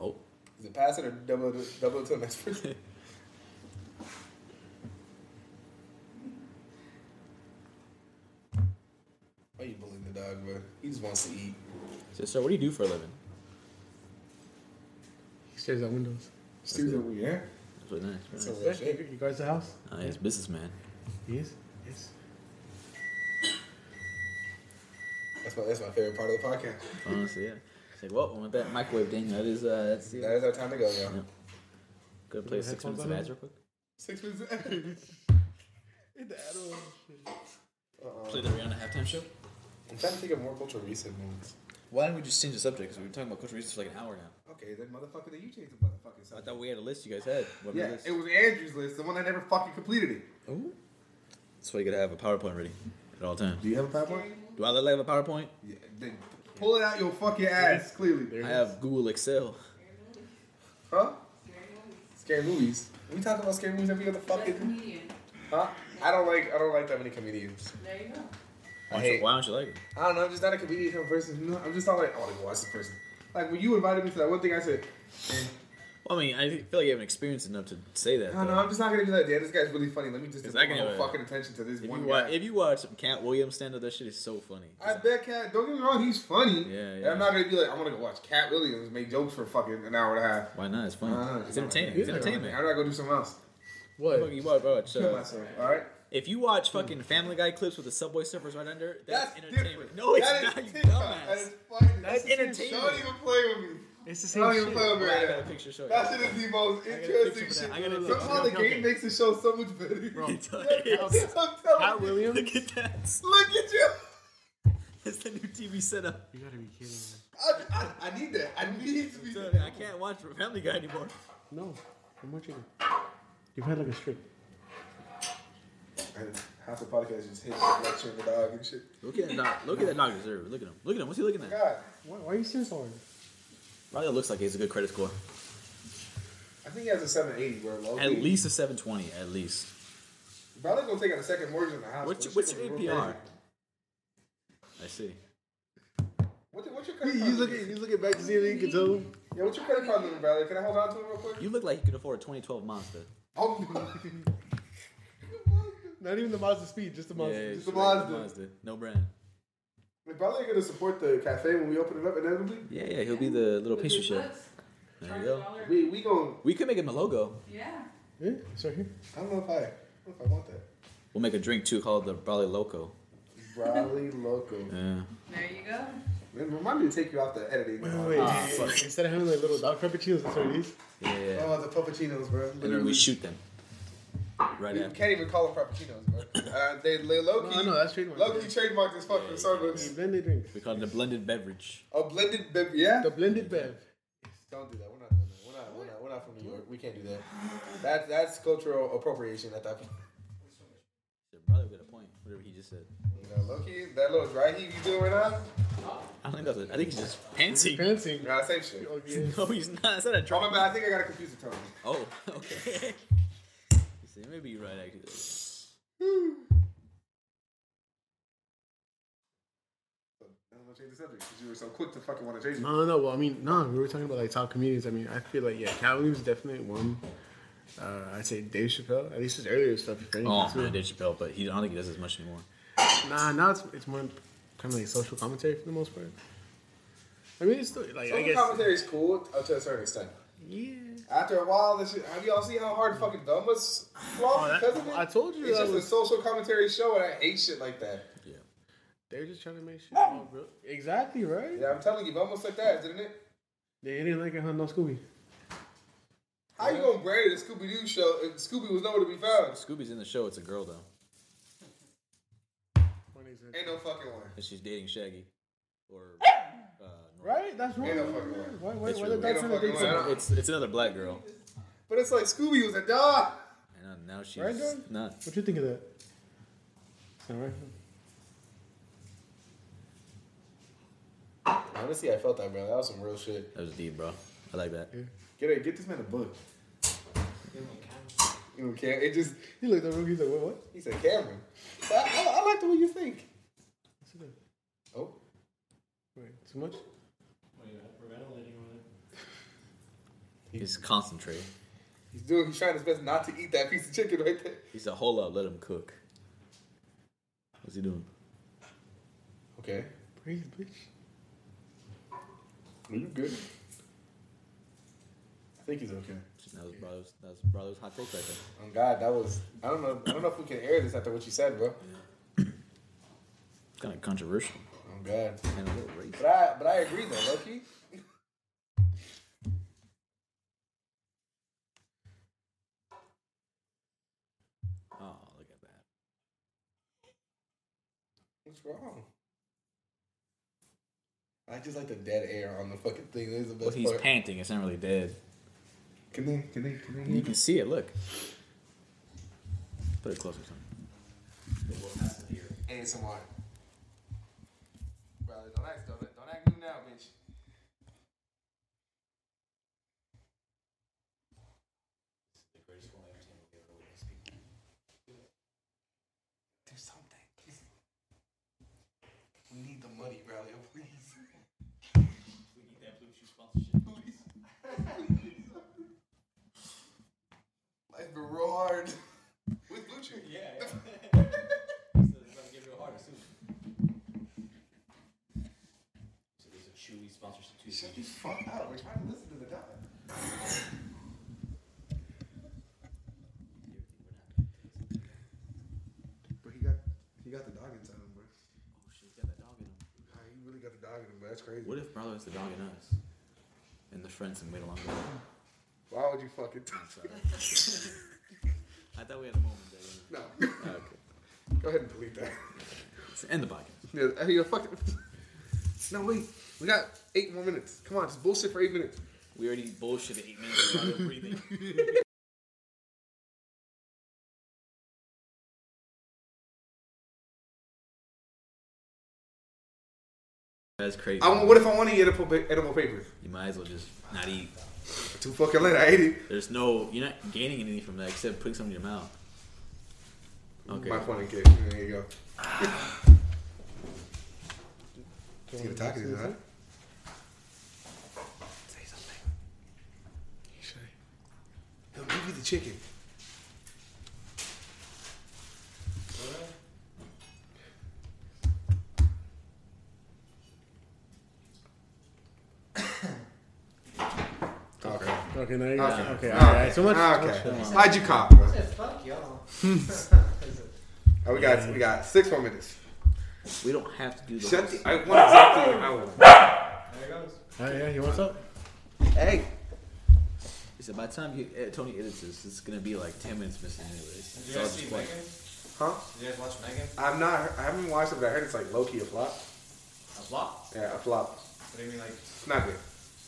C: Oh,
B: Is it pass it or double, it- double it to the next person? Why you bullying the dog, bro? He just wants to eat.
C: he said, sir, what do you do for a living?
D: He stares at windows.
B: Steve's over here.
C: That's what nice.
B: That's
C: Right?
B: some real shit.
D: He guards the house.
C: Uh, he's a businessman.
D: He is. Yes.
B: That's my, that's my favorite part of the podcast.
C: Honestly, yeah. He's like, well, with that microwave thing, that is uh, that's it.
B: That is our time to go, yo.
C: Yeah. Go play six minutes
D: headphones
C: of
D: on?
C: ads real quick.
B: Six minutes.
C: Play the Rihanna halftime show.
B: Uh-uh. I'm trying to think of more cultural recent movies.
C: Why didn't we just change the subject? Because we were talking about Costa Rica for like an hour now.
B: Okay, then motherfucker, then you changed the motherfucking
C: I
B: subject.
C: thought we had a list you guys had. What
B: Yeah,
C: was
B: it was Andrew's list, the one that never fucking completed it.
C: Ooh. That's why you gotta have a PowerPoint ready at all times.
B: Do you have a PowerPoint?
C: Do I look like I have a PowerPoint?
B: Yeah, then pull it out your fucking ass, clearly.
D: There
C: I
D: he is.
C: have Google Excel.
B: Huh?
E: Scary movies.
B: Scary movies. We talk about scary movies every other
E: Like
B: fucking.
E: comedian.
B: Huh? I don't like. I don't like that many comedians.
E: There you go.
C: Why
B: I
C: don't, you,
B: hate-
C: why don't you like it?
B: I don't know. I'm just not a comedian kind of person. No, I'm just not like. oh, I want to go watch this person. Like when you invited me to that one thing, I said,
C: Well, I mean, I feel like you haven't experienced enough to say that.
B: "No, no,
C: though.
B: I'm just not gonna do that. Yeah, this guy's really funny. Let me just
C: Is
B: devote
C: that
B: my
C: gonna-
B: whole fucking attention to this
C: If you,
B: one
C: watch,
B: guy."
C: if you watch some Cat Williams stand up, that shit is so funny.
B: I bet Cat. Don't get me wrong, he's funny.
C: Yeah,
B: And
C: yeah.
B: I'm not gonna be like, I'm gonna go watch Cat Williams make jokes for fucking an hour and a half.
C: Why not? It's funny.
B: Uh-huh.
C: it's entertaining. It's
D: Yeah.
C: entertainment.
B: I'm not gonna do something else.
C: Fuck,
D: What?
C: you watch- watch, uh,
B: Kill myself. All right.
C: if you watch fucking Family Guy clips with the Subway Surfers right under, that's,
B: That's
C: entertainment.
B: different.
C: No, it's
B: That is
C: not, you
B: TikTok.
C: dumbass.
B: That is funny.
C: That's entertainment.
B: Don't even play with me.
D: It's the
B: Don't even play with me
C: Well, I
B: right
C: got a
B: now.
C: picture showing.
B: That shit is the most
C: I got a picture
B: interesting
C: for that.
B: shit.
C: I got a picture.
B: Somehow the
D: Okay, okay.
B: game makes the show so much better.
D: Bro.
B: I'm
C: It does.
D: Cat
B: telling you.
D: Williams?
C: Look at that.
B: Look at you.
C: It's the new TV setup.
D: You gotta be kidding me.
B: I, I, I need that. I need to be.
C: So, I can't watch Family Guy anymore.
D: No, I'm watching it. You've had like a strip.
B: Half the podcast just hit lecturing the dog and shit.
C: Look at that dog. Look at that dog deserve. Look at him. Look at him. What's he looking at?
B: God,
D: Why, why are you serious on
C: Probably looks like he has a good credit score.
B: I think he has a 780, bro. Low
C: At
B: key.
C: least a 720. At least.
B: Probably gonna take out a second mortgage on the house.
C: What's
B: bro.
C: your, what's
B: Shit
C: your
B: gonna be real
C: APR?
B: crazy.
C: I see.
B: What's your, what's your
D: You
B: credit card?
D: looking, you looking back to see if you can tell him.
B: Yeah, what's your credit card number, brother? Can I hold on to it real quick?
C: You look like you could afford a 2012 Mazda.
B: Oh,
D: Not even the Mazda speed, just the Mazda.
C: Yeah,
B: just a
C: sure, it's
B: Mazda.
C: No brand.
B: my brother gonna support the cafe when we open it up inevitably.
C: Yeah, yeah, he'll be the little
E: With
C: pastry
E: your
C: chef.
E: books,
C: There
E: charge
C: you
E: a
C: go.
E: dollar.
B: We we going
C: We could make him a logo.
E: Yeah.
D: Yeah, it's right here.
B: I don't know if I, I don't know if I want that.
C: We'll make a drink too called the Bali Loco.
B: Bradley Loco.
C: Yeah.
E: There you go.
B: Man, remind me to take you off the editing. Uh,
C: Ah, fuck.
D: Instead of having like little dog peppuccinos, that's what it is.
C: Yeah, yeah.
B: Oh, the puppuccinos, bro.
C: And then
B: Literally.
C: we shoot them. Right
B: We
C: after.
B: can't even call them frappuccinos, bro. Uh, they low key,
D: No, no, that's trademark.
B: low key trademarked this fucking
D: The
B: Starbucks.
D: blended drinks.
C: We call it a blended beverage.
B: A blended, bib- yeah.
D: The blended bev.
B: Don't do that. We're not doing that. We're not. We're not. We're not from New York. We can't do that. That that's cultural appropriation at that point.
C: Your brother got a point. Whatever he just said.
B: You know, Loki, that little dry heat you doing right now,
C: I don't think that's. A, I think he's just pantsing.
D: Fancy.
B: nah, same shit.
D: Oh, yeah.
C: No, he's not. It's not a
B: Oh, my
C: drama.
B: bad. I think I got confused with Tony.
C: Oh, okay. You see, maybe you're right actually.
B: I don't want to change the subject because you were so quick to fucking want to change it.
D: No, no, no. Well, I mean, no. We were talking about like top comedians. I mean, I feel like yeah, Cat Williams is definitely one. Uh, I'd say Dave Chappelle. At least his earlier stuff. If anything,
C: Oh
D: too.
C: man, Dave Chappelle, but he I don't think he does as much anymore.
D: Nah, now it's it's more kind of like social commentary for the most part. I mean, it's still like I
B: Social
D: guess
B: Oh, commentary is cool up to a certain extent.
D: Yeah.
B: After a while, this shit, have y'all seen how hard fucking Dumba's
D: Oh,
B: flopped because of
D: that, I
B: it?
D: told you
B: It's
D: that
B: just a
D: was,
B: social commentary show, and I hate shit like that.
D: they're just trying to make shit. all real. Exactly right.
B: Yeah, I'm telling you, Bumble sucked ass, didn't it?
D: They didn't like it, huh? No Scooby.
B: How you gonna brand the Scooby Doo show if Scooby was nowhere to be found?
C: Scooby's in the show. It's a girl though,
B: Ain't no fucking one.
C: and she's dating Shaggy. Or uh, Nora.
D: Right? That's wrong.
B: Ain't no
D: Why?
B: fucking one.
D: Why? Why?
C: It's
D: Why
C: really-
D: the dog
B: Ain't
D: trying
B: no
D: to date
B: fucking
D: someone?
B: one.
C: It's it's another black girl,
B: But it's like Scooby was a dog.
C: and now- now she's
D: Right, dog?
C: not.
D: What you think of that? All right.
B: Honestly, I felt that, bro. That was some real shit.
C: That was deep, bro. I like that.
G: Get a, get this man a book.
B: You know, Cam, it just,
D: He looked at me. He's like, what? What?
B: he said Cameron. I, I, I like the way you think.
D: What's it doing?
B: Oh.
D: Wait, too much?
C: He's concentrating.
B: He's doing, he's trying his best not to eat that piece of chicken right there.
C: He's a whole lot. Let him cook. What's he doing?
B: Okay.
D: Breathe, bitch.
G: Are you good? I think he's okay.
C: That was brother's. That was brother's hot take right there.
B: Oh God, that was. I don't know. I don't know if we can air this after what you said, bro.
C: Kind of controversial
B: Oh God.
C: and a little racist.
B: But I, but I agree though, Loki.
C: Oh, look at that.
B: What's wrong? I just like the dead air on the fucking thing. This is the best
C: Well, he's
B: part.
C: panting. It's not really dead.
B: Can they? Can they? Can they?
C: You can see it. Look. Put it closer to him.
B: ASMR. Brother, don't act, don't, don't act new now, bitch. Do something. We need the money, Raleo, please. Life been real hard with Blue Chew. Yeah. Shut the fuck up. We're trying to listen to the guy. But he got he got the dog inside him, bro. Ah, He really got the dog in him, bro. That's crazy.
C: What if brother is the dog in us? And the friends and wait along the way.
B: Why would you fucking touch that?
C: I thought we had a moment there.
B: No.
C: Okay.
B: Go ahead and delete that.
C: End the podcast.
B: Yeah, I mean, you're fucking. No, wait. We got eight more minutes. Come on, just bullshit for eight minutes.
C: We already bullshitted eight minutes of Raleo breathing. That's crazy.
B: I, want- what if I want to eat edible, pa- edible paper?
C: you might as well just not eat.
B: Too fucking late. I ate it.
C: There's no, you're not gaining anything from that except putting something in your mouth. Okay.
B: My funny kid. There you go.
D: Do you
B: See the
D: want to
B: talking is, huh?
D: Shy.
B: He'll give you the chicken. Okay.
D: Okay, now you got
B: Okay.
D: it. Okay,
B: Okay.
D: alright. So much.
B: Okay. How'd you cop? bro?
A: said, fuck y'all.
B: Oh, we got we got six more minutes.
C: We don't have to do the
B: Shut
C: whole-
B: the. I want something. I want.
D: Alright, yeah, you want some?
B: Hey.
C: He said, by the time you, eh, Tony edits this, it's gonna be like 10 minutes missing, anyways. It's all just like,
B: Huh?
H: You guys watch Megan?
B: I'm not. I haven't watched it, but I heard it's like low key a flop.
H: A flop?
B: Yeah, a flop.
H: What do you mean, like?
B: It's not good.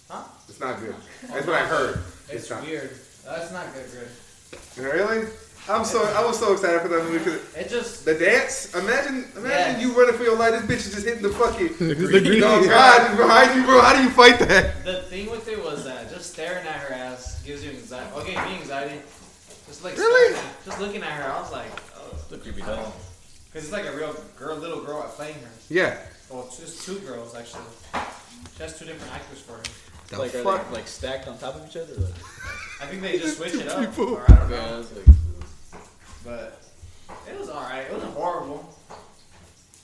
H: Huh?
B: It's not good. That's what I heard.
H: It's,
B: not.
H: weird. That's not good, good.
B: Really? I'm so I was so excited for that movie because
H: It just.
B: the dance. Imagine, imagine
H: Yes.
B: you running for your life. This bitch is just hitting the fucking.
D: The green.
B: No, God, it's behind you, bro. How do you fight that?
H: The thing with it was that just staring at her ass gives you anxiety. Okay, me anxiety. Just like.
B: Really?
H: staring at- Just looking at her, I was like, oh.
C: look creepy dog.
H: Because it's like a real girl, little girl playing her.
B: Yeah.
H: Well, it's just two girls, actually. She has two different actors for her.
B: The
C: Like, are
B: fuck?
C: they like stacked on top of each other? Like,
H: I think they just switch it up. Or I don't know.
C: yeah, it's like,
H: But it was alright. It wasn't horrible.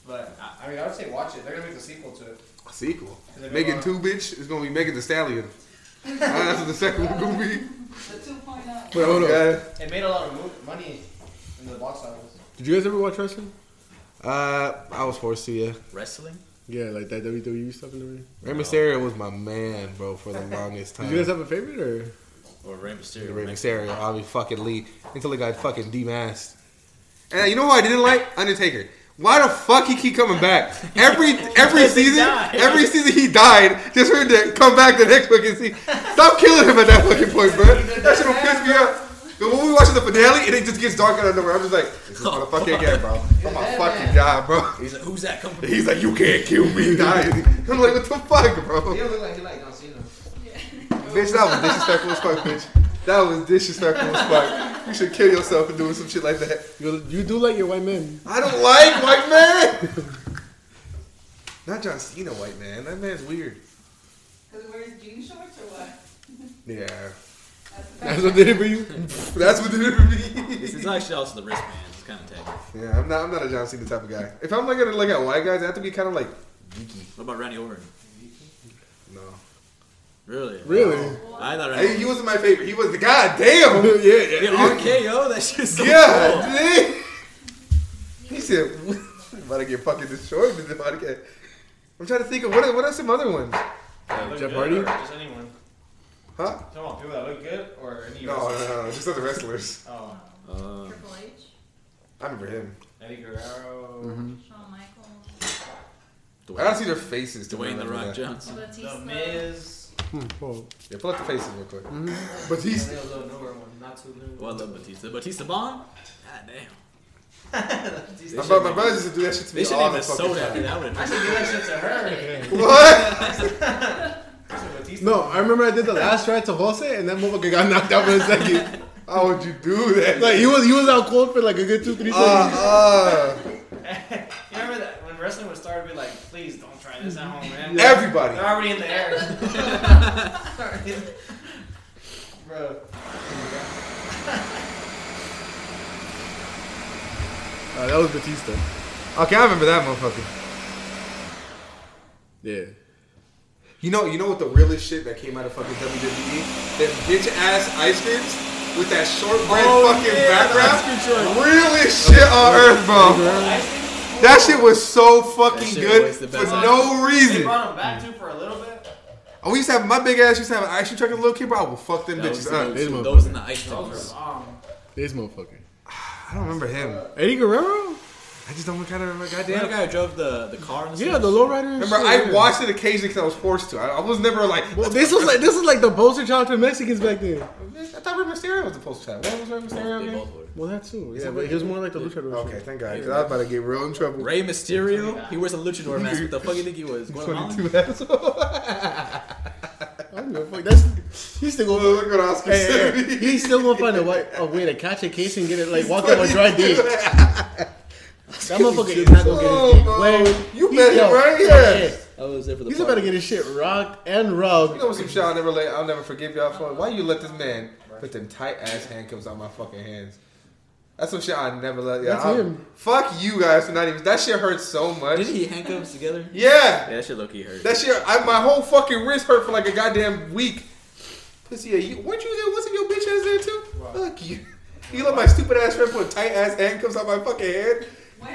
H: But, I, I mean, I would say watch it. They're going to make a sequel to it.
B: Sequel.
H: They go
B: Megan
H: on.
B: two, bitch. It's gonna be Megan the Stallion. That's what the second one gonna be.
E: The oh. 2.0.
D: Wait, hold up.
B: Yeah.
H: It made a lot of mo- money in the box office.
D: Did you guys ever watch wrestling?
B: Uh, I was forced to. Yeah.
C: Wrestling?
D: Yeah, like that WWE stuff and everything.
B: Rey Mysterio was my man, bro, for the longest time.
D: Did you guys have a favorite or?
C: Or Rey Mysterio?
B: Rey Mysterio, I'll be fucking Lee until he got fucking demasked. And you know what I didn't like? Undertaker. Why the fuck he keep coming back? Every every
C: Because he
B: season,
C: died.
B: every season he died. Just for him to come back the next fucking season. Stop killing him at that fucking point, bro. That shit will piss me up. But when we watching the finale, and it just gets dark out of nowhere. I'm just like, this
C: Oh,
B: is motherfucker again, bro. I'm a fucking guy, bro.
C: He's like, who's that coming from?
B: He's like, you can't kill me, guys. I'm like, what the fuck, bro?
H: He don't look like he like John Cena.
D: Uh,
B: Bitch, that was disrespectful as fuck, bitch. That was disrespectful as fuck. You should kill yourself for doing some shit like that.
D: You, you do like your white men.
B: I don't like white man. Not John Cena, white man. That man's weird.
E: Because it wears jean shorts or what?
B: Yeah,
E: That's the
D: That's what they did for you.
B: that's what did it for me.
C: It's actually also the wristband. It's kind of tacky.
B: Yeah, I'm not. I'm not a John Cena type of guy. If I'm like gonna look at white guys, I have to be kind of like geeky.
C: What about Randy Orton?
B: No.
C: Really?
D: Really?
C: I thought Randy
B: Hey, he wasn't my favorite. He was the god damn.
D: yeah,
C: Yeah,
D: yeah.
C: RKO, that shit's so
B: God damn. He said, "I'm about to get fucking destroyed in the podcast." I'm trying to think of what are, what are some other ones,
H: Look
D: Jeff
H: good
D: Hardy?
H: Or just anyone.
B: huh?
H: Come on, people that look good or any
B: No,
H: wrestler?
B: no, no, no, just other wrestlers.
H: Oh,
C: cool. Uh,
I: Triple H,
B: I remember him.
H: Eddie Guerrero.
I: Shawn Michaels,
B: I don't
C: Dwayne,
B: see their faces. to
C: Dwayne The
B: remember
C: Rock
B: that.
C: Johnson.
H: The
I: Batista,
H: Miz.
D: Oh.
B: Yeah, pull up the faces real quick.
D: But
H: And
D: he's
H: then a little newer one, not too new.
C: Well, Oh, I love Batista. Batista Bond? God damn.
H: Batista.
B: My, bro- my brother used to do that shit to
C: They
B: me
C: should
B: all the
C: name a
B: fucking
C: soda after
B: time.
C: that would
H: I
C: have
H: should do that shit to her.
B: What?
H: To Batista.
D: no. I remember I did the last ride to Jose, and that motherfucker got knocked out for a second.
B: How would you do that?
D: Like he was he was out cold for like a good two three
B: uh,
D: seconds.
B: uh,
H: you remember that when wrestling would start, it'd be like, please don't try this at home, man.
B: everybody.
H: They're already in the air. Bro.
D: Uh, that was Batista.
B: Okay, I remember that motherfucker.
D: Yeah.
B: You know, you know what the realest shit that came out of fucking WWE? That bitch ass ice creams with that short bread fucking background. Realest shit on earth, bro. That shit was so fucking
C: shit
B: good
C: was the
B: for
C: best.
B: no
H: They
B: reason.
H: brought him back too for a little bit.
B: Oh, we used to have my big ass used to have an ice cream truck and a little kid, bro. I would fuck them
C: That was
B: bitches
C: the-
B: up.
D: These
C: those,
D: motherfuckers.
C: those in the ice
H: Those
C: tubs.
H: were bomb.
D: This motherfucker.
B: I don't remember him.
D: Eddie Guerrero?
B: I just don't kind of remember.
C: The
B: Goddamn.
C: other guy who drove the, the car and
D: Yeah, the lowrider. and
B: Remember,
D: shit,
B: I
D: yeah.
B: watched it occasionally because I was forced to. I, I was never like.
D: Well, this was like this was like the poster child for Mexicans back then.
B: I thought Rey Mysterio was the post child. What was Rey Mysterio?
C: They
B: again?
C: both were.
D: Well, that too. Yeah,
B: it
D: but he was more like the luchador.
B: Okay, thank God. Because I was about to get real in trouble.
C: Ray Mysterio, he wears a luchador mask. What the fuck you think he was? Guatemalan?
B: 22 asshole.
D: I don't give a fuck. That's he's still gonna.
B: Look what Oscar
D: Hey,
B: said.
D: hey, hey, he's still gonna find a way, a way to catch a case and get it like walk up a dry dick. That motherfucker is not gonna get his
B: Oh,
D: dick
B: bro.
D: wet.
B: You
D: He-
B: bet him
D: yo,
B: right here.
C: I Oh, was there for the
D: He's
C: party.
D: about to get his shit rocked and
B: You
D: rubbed.
B: know some shit I'll never let, I'll never forgive y'all for. Why you let this man put them tight ass handcuffs on my fucking hands? That's some shit I never let. Yeah,
D: That's
B: I'll-
D: him.
B: Fuck you guys for not even. That shit hurts so much.
C: Did he handcuffs together?
B: Yeah,
C: Yeah, that shit low key hurt.
B: that shit. I, my whole fucking wrist hurt for like a goddamn week. Pussy, yeah, you, weren't you there? Wasn't your bitch ass there too? Fuck you. You let my stupid ass friend put tight ass handcuffs on my fucking head
E: When?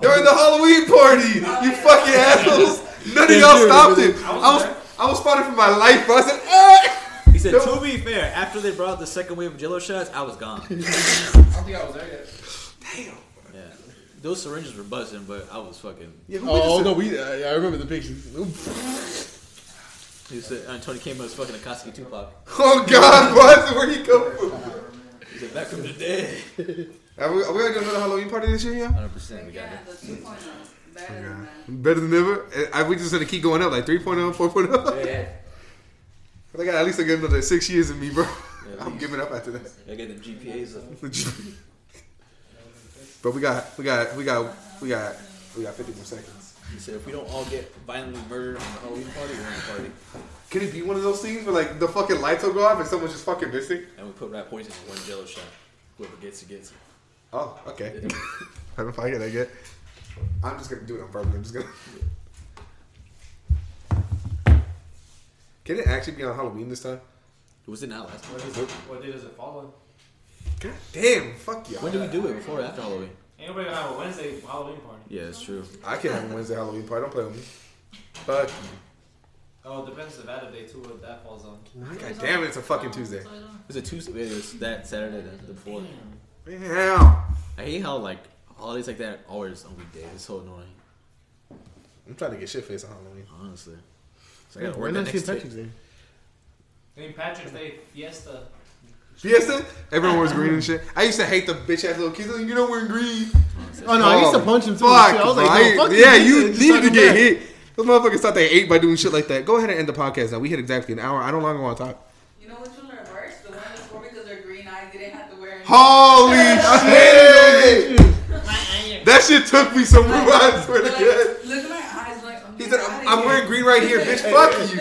B: during the Halloween party. You fucking assholes. None of y'all stopped it. I was I was fighting for my life. Bro. I said, ah!
C: He said,
B: No.
C: to be fair, after they brought out the second wave of jello shots, I was gone.
H: I don't think I was there yet.
C: Yeah. Those syringes were buzzing, but I was fucking.
B: Yeah, who
D: Oh
B: witnessed
D: no,
B: it?
D: we. Oh, Uh, yeah, I remember the pictures. Oop.
C: He said, and Tony came out as fucking Akatsuki Tupac.
B: Oh God, what? Where he come from?
C: He said, back from the dead.
B: Are we, are we gonna do another Halloween party this year? Yeah.
C: 100%. We got
E: Yeah,
C: it.
E: the 2.0. Better than that.
B: Better than ever. Eh, I, we just gonna keep going up like oh, 3.0, 4.0.
C: Yeah.
B: I got at least get another six years in me, bro.
C: Yeah,
B: I'm
C: please.
B: giving up after that.
C: I got the GPAs up.
B: but we got, we got, we got, we got, we got 50 more seconds.
C: He said, if we don't all get violently murdered on the Halloween party, we're on the party.
B: Can it be one of those things where like the fucking lights will go off and someone's just fucking missing?
C: And we put rat poison in one jello shot. Whoever gets it, gets it.
B: Oh, okay. I don't find it. I get. I'm just gonna do it on purpose. I'm just gonna. Can it actually be on Halloween this time?
C: Was it not last time?
H: What, is, what day does it fall on?
B: God damn, fuck y'all.
C: When did we do it? Before or after Halloween?
H: Ain't nobody gonna have a Wednesday Halloween party.
C: Yeah, it's true.
B: I can't have a Wednesday Halloween party. Don't play with me. Fuck you.
H: Oh, it depends Nevada day too. What that falls on.
B: God damn it, it's a fucking Tuesday.
C: Was it Tuesday? It was that Saturday the, the before.
B: Damn.
C: I hate how like holidays like that always on weekdays. It's so annoying.
B: I'm trying to get shit faced on Halloween.
C: Honestly. So I
D: Yeah,
C: gotta
D: why
C: work that
D: not St.
C: next day.
D: Patrick's Day?
H: St. Patrick's Day fiesta.
B: Fiesta? Everyone wears green and shit. I used to hate the bitch ass little kids. Like, you know wearing green.
D: Oh no, I used to
B: Oh,
D: punch him too.
B: Fuck,
D: Shit, I was
B: bro.
D: like, no,
B: I-
D: fuck
B: yeah,
D: this
B: you
D: shit, just
B: needed
D: suck
B: to
D: him
B: get
D: back.
B: hit. Those motherfuckers thought they ate by doing shit like that. Go ahead and end the podcast now. We hit exactly an hour. I don't longer want to talk.
E: You know which one are worse? The one that's for because they're green eyes. They didn't have to wear. any-
B: Holy shit! That shit took me somewhere. I swear to
E: Like,
B: God.
E: Look at my eyes. Like oh,
B: He
E: get
B: said,
E: outta
B: I'm, I'm
E: here."
B: wearing green right here, bitch. Fuck you.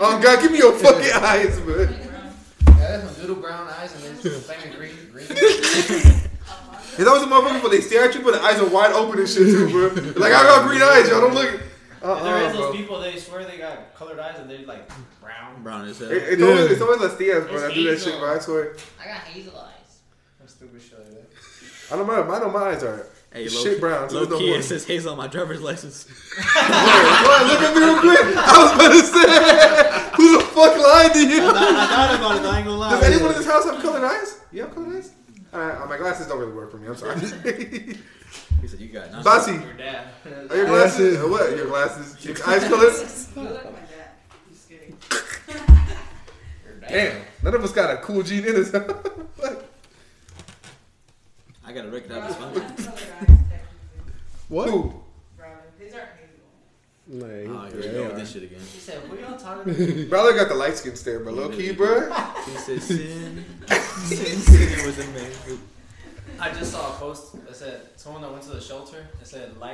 B: Oh, God, give me your fucking eyes, man.
H: Yeah, that's some little brown eyes and then some flaming green. green.
B: It's always a motherfucker, but they stare at you, but the eyes are wide open and shit, too, bro. Like, I got green eyes, y'all. Don't look.
H: And there
B: Uh-uh,
H: is
B: bro.
H: those people they swear they got colored eyes and they're like brown.
C: Brown as hell.
B: It- It's always, it's always Latinas, bro. I do that
I: It's
B: shit, bro. I swear.
I: I got hazel eyes.
H: Some stupid shit like that.
B: I don't mind. I know my eyes are.
C: Hey,
B: Shit brown, so
C: Low
B: there's no
C: key,
B: warning.
C: it says Hazel on my driver's license.
B: Boy, look at me real quick. I was about to say, who the fuck lied to you?
D: I thought about it. I ain't gonna lie.
B: Does anyone in this house have colored eyes? You have colored eyes? Alright, uh, my glasses don't really work for me. I'm sorry.
C: He said, "You got none."
B: Bossy,
H: Your dad.
B: are your glasses? uh, What? Your glasses? Your eyes colored?
E: You look like my dad. Just kidding.
B: Damn, none of us got a cool gene in us.
C: I gotta
E: Brown
C: recognize this
E: has
C: one.
E: colored eyes, technically.
D: What?
B: Who?
E: Brown. These aren't
C: Oh,
D: Like,
E: hazel.
C: here
B: Yeah,
C: we
B: they
C: go
B: are.
C: with this shit again.
H: He said, "What y'all talking about?"
B: Brother got the light skin stare, but low key, bro.
C: He said, "Sin, sin, sin was a man." who-"
H: I just saw a post that said someone that went to the shelter and said light